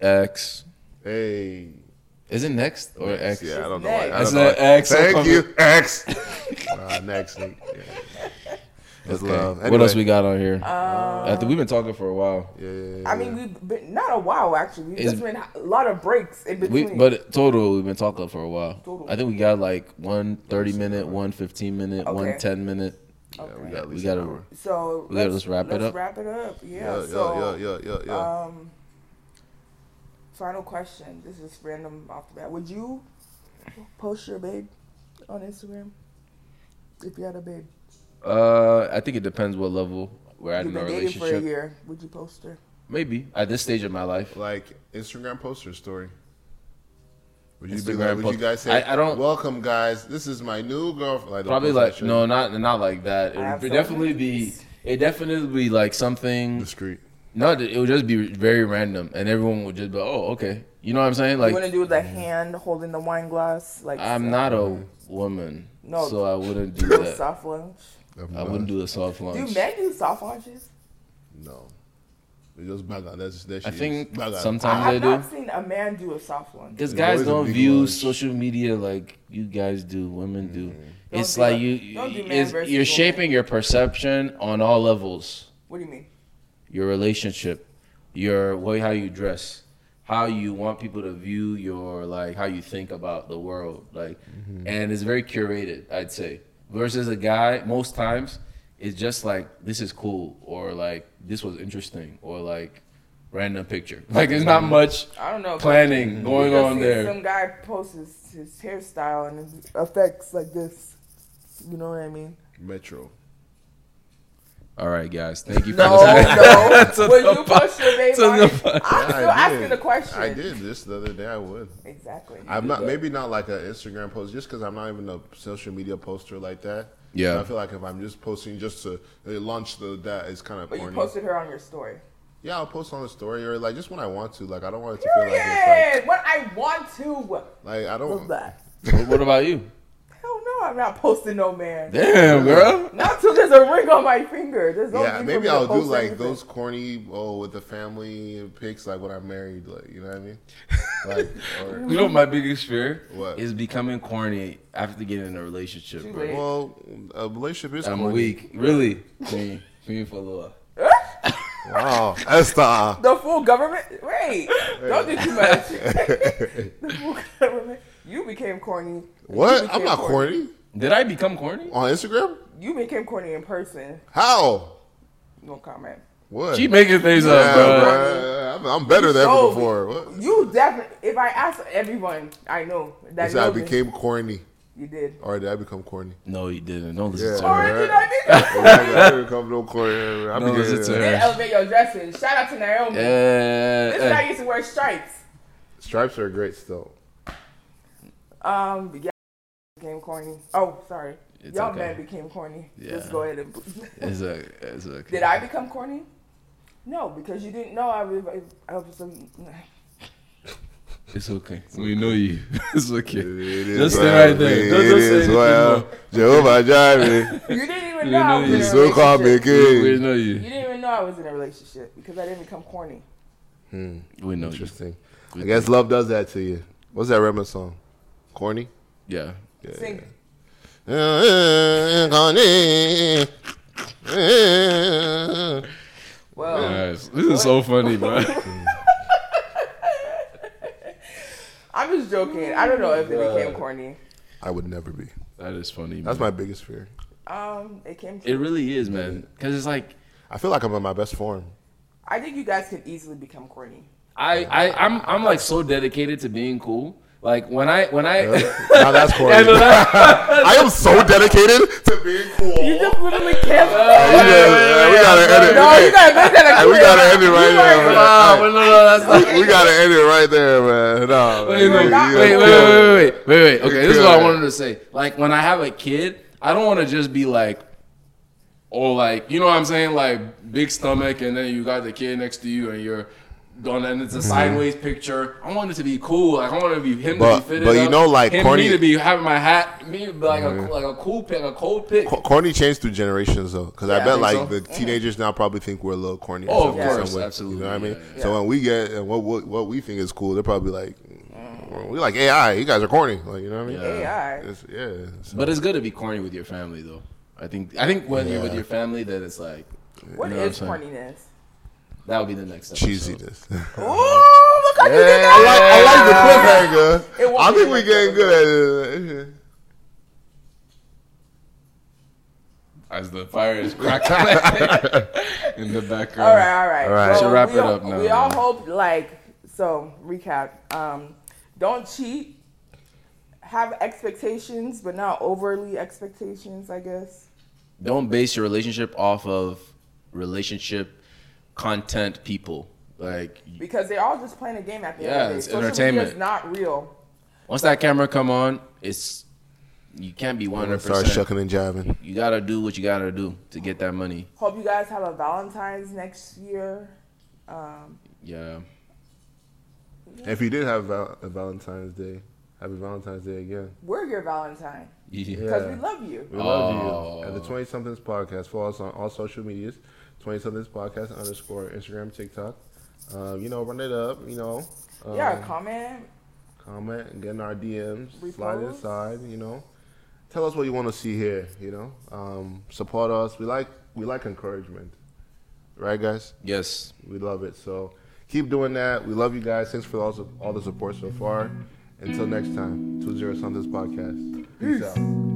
Speaker 2: X.
Speaker 1: Hey.
Speaker 2: Is it next or X?
Speaker 1: Yeah, I
Speaker 3: It's
Speaker 1: don't know. Why, I
Speaker 2: It's
Speaker 1: don't know
Speaker 2: an
Speaker 1: why.
Speaker 2: X.
Speaker 1: Thank you, X. uh, next week. Yeah. It's
Speaker 2: Okay.
Speaker 1: love.
Speaker 2: What
Speaker 1: Anyway.
Speaker 2: else we got on here?
Speaker 3: Uh,
Speaker 2: I think we've been talking for a while.
Speaker 1: Yeah, yeah, yeah,
Speaker 3: I mean, we've been not a while actually. We've
Speaker 2: It's-
Speaker 3: just been a lot of breaks in
Speaker 2: We,
Speaker 3: between.
Speaker 2: but total, we've been talking for a while.
Speaker 3: Total.
Speaker 2: I think we got like one 30 minute, one 15 minute, one
Speaker 3: Okay.
Speaker 2: 10 minute.
Speaker 3: Okay.
Speaker 1: yeah, we
Speaker 2: Yeah,
Speaker 1: got. at
Speaker 2: we
Speaker 1: least
Speaker 2: gotta-
Speaker 1: an hour.
Speaker 3: so
Speaker 2: we gotta just wrap it
Speaker 3: let's
Speaker 2: up.
Speaker 3: Wrap it up. Yeah.
Speaker 1: Yeah, yeah,
Speaker 3: so,
Speaker 1: yeah, yeah, yeah, yeah.
Speaker 3: um, final question. This is random off the bat. Would you post your babe on Instagram if you had a babe?
Speaker 2: Uh, I think it depends what level we're at
Speaker 3: You've
Speaker 2: in our
Speaker 3: been dating for a
Speaker 2: relationship.
Speaker 3: year. Would you post her?
Speaker 2: Maybe at this stage of my life.
Speaker 1: like Instagram poster story. Would you be
Speaker 2: Instagram
Speaker 1: like? Would
Speaker 2: post-
Speaker 1: you guys say?
Speaker 2: I- I don't-
Speaker 1: Welcome, guys. This is my new girlfriend. Like, don't
Speaker 2: Probably
Speaker 1: post that
Speaker 2: like
Speaker 1: shit.
Speaker 2: no, not not like that.
Speaker 3: I
Speaker 2: It
Speaker 3: have
Speaker 2: would
Speaker 3: some
Speaker 2: definitely be.
Speaker 3: ideas.
Speaker 2: It definitely be like something.
Speaker 1: Discreet.
Speaker 2: No, it would just be very random, and everyone would just be, "Oh, okay." You know what I'm saying?
Speaker 3: you want to
Speaker 2: Like, mm.
Speaker 3: do the hand holding the wine glass? Like
Speaker 2: I'm not a woman,
Speaker 3: No.
Speaker 2: so I wouldn't do
Speaker 3: do a
Speaker 2: that.
Speaker 3: soft lunch.
Speaker 2: I wouldn't do a soft
Speaker 3: Do
Speaker 2: launch.
Speaker 3: men do soft launches?
Speaker 1: No. It just bang out. That's that
Speaker 2: I
Speaker 1: shit
Speaker 2: think
Speaker 1: is bang out.
Speaker 2: sometimes
Speaker 3: I-
Speaker 2: they
Speaker 3: I've
Speaker 2: do.
Speaker 3: not seen a man do a soft launch.
Speaker 2: Because
Speaker 1: There's always
Speaker 2: guys
Speaker 1: a
Speaker 2: don't
Speaker 1: big
Speaker 2: view
Speaker 1: lunch.
Speaker 2: social media like you guys do, women do. It's
Speaker 3: do
Speaker 2: like
Speaker 3: that.
Speaker 2: you,
Speaker 3: Mm-hmm. Don't do man
Speaker 2: it's-
Speaker 3: versus
Speaker 2: you're
Speaker 3: woman.
Speaker 2: shaping your perception on all levels.
Speaker 3: What do you mean?
Speaker 2: your relationship, your way how you dress, how you want people to view your like how you think about the world, like, and it's very curated, I'd say. Versus a guy, most times it's just like this is cool or like this was interesting or like random picture. Like there's not much
Speaker 3: I don't know.
Speaker 2: planning going
Speaker 3: Because
Speaker 2: on
Speaker 3: see,
Speaker 2: there.
Speaker 3: Some guy posts his, his hairstyle and his effects like this. You know what I mean?
Speaker 1: Metro.
Speaker 2: All right, guys, thank you for
Speaker 3: No,
Speaker 2: listening.
Speaker 3: no.
Speaker 2: To
Speaker 3: Would
Speaker 2: the
Speaker 3: you post your baby?
Speaker 2: to
Speaker 3: on
Speaker 2: the
Speaker 3: it?
Speaker 2: pod-
Speaker 1: Yeah,
Speaker 3: I'm still
Speaker 1: I
Speaker 3: asking
Speaker 1: did.
Speaker 3: the question.
Speaker 1: I did this the other day. I would.
Speaker 3: Exactly.
Speaker 1: I'm not
Speaker 2: that.
Speaker 1: maybe not like an Instagram post just because I'm not even a social media poster like that.
Speaker 2: Yeah.
Speaker 1: And I feel like if I'm just posting just to uh, launch the that is kind of
Speaker 3: but you
Speaker 1: corny.
Speaker 3: posted her on your story.
Speaker 1: yeah, I'll post on the story or like just when I want to. Like I don't want it to feel like it's
Speaker 3: Period. What I want to
Speaker 1: like, like I
Speaker 3: was
Speaker 1: don't.
Speaker 3: that.
Speaker 2: What- what about you?
Speaker 3: Hell no, I'm not posting no man.
Speaker 2: Damn, girl.
Speaker 3: Not till there's a ring on my finger. There's no
Speaker 1: Yeah,
Speaker 3: need for me
Speaker 1: maybe
Speaker 3: to
Speaker 1: I'll do
Speaker 3: post
Speaker 1: like
Speaker 3: anything.
Speaker 1: those corny oh with the family pics like when I'm married. Like you know what I mean? Like or,
Speaker 2: You know what my biggest fear
Speaker 1: What?
Speaker 2: is becoming corny after getting in a relationship,
Speaker 3: Too
Speaker 2: bro.
Speaker 3: late.
Speaker 1: well, a relationship is
Speaker 2: I'm
Speaker 1: corny.
Speaker 2: weak. Really? Me. Me for Lua.
Speaker 1: Wow,
Speaker 2: uh,
Speaker 1: Esther.
Speaker 3: The full government? Wait, don't do too much. the full government. You became corny. You
Speaker 1: What?
Speaker 3: became
Speaker 1: I'm not corny
Speaker 2: Did I become corny?
Speaker 1: on Instagram.
Speaker 3: You became corny in person.
Speaker 1: How?
Speaker 3: No comment.
Speaker 1: What?
Speaker 2: She making things
Speaker 1: Yeah,
Speaker 2: up, bro.
Speaker 1: bruh. I'm, I'm better than ever
Speaker 3: So,
Speaker 1: before. What?
Speaker 3: You definitely. If I ask everyone, I know that
Speaker 1: It's I
Speaker 3: knows me,
Speaker 1: became corny,
Speaker 3: you did.
Speaker 1: or did I become corny?
Speaker 2: No, you didn't. Don't listen
Speaker 1: Yeah.
Speaker 2: to
Speaker 3: Or
Speaker 2: her.
Speaker 1: Alright.
Speaker 3: did I be?
Speaker 1: I didn't become no corny. I
Speaker 2: No,
Speaker 1: became-
Speaker 2: it's a
Speaker 3: And elevate your dressing. Shout out to Naomi. This
Speaker 2: Yeah.
Speaker 3: guy used to wear stripes.
Speaker 1: Stripes are great still.
Speaker 3: Um, but yeah, became corny. Oh, sorry.
Speaker 2: It's
Speaker 3: Y'all
Speaker 2: okay.
Speaker 3: men became corny.
Speaker 2: Yeah.
Speaker 3: Just go ahead and.
Speaker 2: It's a, it's a,
Speaker 3: Did I become corny? No, because you didn't know I was. I was
Speaker 2: It's okay. We know you. it's okay.
Speaker 1: It is
Speaker 2: Just stay
Speaker 1: well,
Speaker 2: right there.
Speaker 1: it
Speaker 2: Don't- don't say
Speaker 1: is
Speaker 2: anything
Speaker 1: well. Jehovah Jireh.
Speaker 3: you didn't even even know I was in
Speaker 1: You
Speaker 3: a
Speaker 1: still call me a
Speaker 3: relationship.
Speaker 2: We
Speaker 1: kid.
Speaker 2: know
Speaker 3: You
Speaker 2: you.
Speaker 3: didn't even know I was in a relationship because I didn't become corny.
Speaker 2: We know you.
Speaker 1: Interesting. I guess love does that to you. What's that Redman song? Corny?
Speaker 2: Yeah.
Speaker 3: Sing.
Speaker 1: Corny.
Speaker 3: Well,
Speaker 2: Guys, this is so funny, bro.
Speaker 3: I'm just joking. I don't know if they became corny.
Speaker 1: I would never be.
Speaker 2: that is funny.
Speaker 1: That's
Speaker 2: man.
Speaker 1: my biggest fear.
Speaker 3: Um, it came.
Speaker 2: It
Speaker 3: True.
Speaker 2: really is, man. Because it's like
Speaker 1: I feel like I'm in my best form.
Speaker 3: I think you guys could easily become corny.
Speaker 2: I, I I'm I'm like so dedicated to being cool. Like when I when I
Speaker 1: Now that's corny.
Speaker 2: I know that-
Speaker 1: I am so dedicated to being cool. Oh,
Speaker 3: You just literally can't.
Speaker 1: Yeah, yeah, we gotta edit.
Speaker 3: no, you gotta make that a
Speaker 1: Hey, we
Speaker 3: clear-
Speaker 1: gotta end it right
Speaker 3: you
Speaker 1: now,
Speaker 3: are-
Speaker 1: man.
Speaker 2: Wow, but no, no, that's not-
Speaker 1: we gotta end it right there, man. No,
Speaker 2: Wait,
Speaker 1: you-
Speaker 2: wait,
Speaker 1: you
Speaker 3: not-
Speaker 1: gotta
Speaker 2: wait, wait,
Speaker 1: kill it.
Speaker 2: wait, wait, wait, wait. Okay, this is what I
Speaker 1: Yeah.
Speaker 2: wanted to say. Like when I have a kid, I don't want to just be like, or like, you know what I'm saying? Like big stomach, and then you got the kid next to you, and you're going, and it's a
Speaker 1: Mm-hmm.
Speaker 2: sideways picture. I want it to be cool. Like I want it to be him
Speaker 1: But-
Speaker 2: to be fitted
Speaker 1: but you
Speaker 2: up,
Speaker 1: know, like,
Speaker 2: him,
Speaker 1: corny-
Speaker 2: me to be having my hat, me to be like a like a cool pick, a cold pick.
Speaker 1: Co- Corny changed through generations though, because I
Speaker 2: I
Speaker 1: bet
Speaker 2: think
Speaker 1: like
Speaker 2: so.
Speaker 1: the teenagers now probably think we're a little corny. or
Speaker 2: Oh, of
Speaker 1: something in some
Speaker 2: course,
Speaker 1: way.
Speaker 2: absolutely,
Speaker 1: You know what I mean?
Speaker 2: yeah,
Speaker 1: So when we get and what, what what we think is cool, they're probably like, we're like AI. You guys are corny. Like you know what I mean?
Speaker 2: Yeah.
Speaker 3: AI.
Speaker 1: It's- yeah. so-
Speaker 2: But it's good to be corny with your family, though. I think I think when you're with your family, then it's like
Speaker 3: What
Speaker 2: You know
Speaker 3: is
Speaker 2: what I'm
Speaker 3: corniness?
Speaker 2: that would be the next episode.
Speaker 1: cheesiness.
Speaker 3: Ooh, look how you did
Speaker 1: Yeah, I like, I like
Speaker 3: that.
Speaker 1: the
Speaker 3: It
Speaker 1: cliffhanger.
Speaker 3: won't
Speaker 1: I
Speaker 3: be
Speaker 1: think we
Speaker 3: the next
Speaker 1: getting good at it.
Speaker 2: as the fire is crackling in the background.
Speaker 3: All right, all right.
Speaker 1: All right.
Speaker 3: So
Speaker 2: Should wrap
Speaker 3: we
Speaker 2: it
Speaker 3: all,
Speaker 2: up now,
Speaker 3: We all
Speaker 2: man.
Speaker 3: hope, like, so recap. Um, don't cheat. Have expectations, but not overly expectations. I guess.
Speaker 2: Don't base your relationship off of relationship content people. Like
Speaker 3: because they're all just playing a game at the
Speaker 2: Yeah,
Speaker 3: end of the day.
Speaker 2: it's
Speaker 3: Social
Speaker 2: entertainment.
Speaker 3: media is not real.
Speaker 2: once that camera come on, it's you can't be one hundred
Speaker 1: Start
Speaker 2: percent.
Speaker 1: shucking and jiving.
Speaker 2: You gotta do what you gotta do to get that money.
Speaker 3: Hope you guys have a Valentine's next year. Um,
Speaker 2: Yeah.
Speaker 1: If you did have val- a Valentine's Day, happy Valentine's Day again.
Speaker 3: we're your Valentine
Speaker 2: yeah.
Speaker 3: because
Speaker 1: Yeah.
Speaker 3: we love you.
Speaker 1: We love
Speaker 2: Oh.
Speaker 1: you. At the 20 somethings podcast, follow us on all social medias 20 somethings podcast underscore Instagram, TikTok. Uh, you know, run it up, you know. Um,
Speaker 3: yeah, comment.
Speaker 1: Comment and get in our DMs. Slide
Speaker 3: Repost.
Speaker 1: inside, you know. Tell us what you want to see here, you know. Um, support us. We like we like encouragement. Right, guys?
Speaker 2: Yes.
Speaker 1: We love it. So keep doing that. We love you guys. Thanks for all, su- all the support so far. Until next time, 20 somethings podcast. Peace out.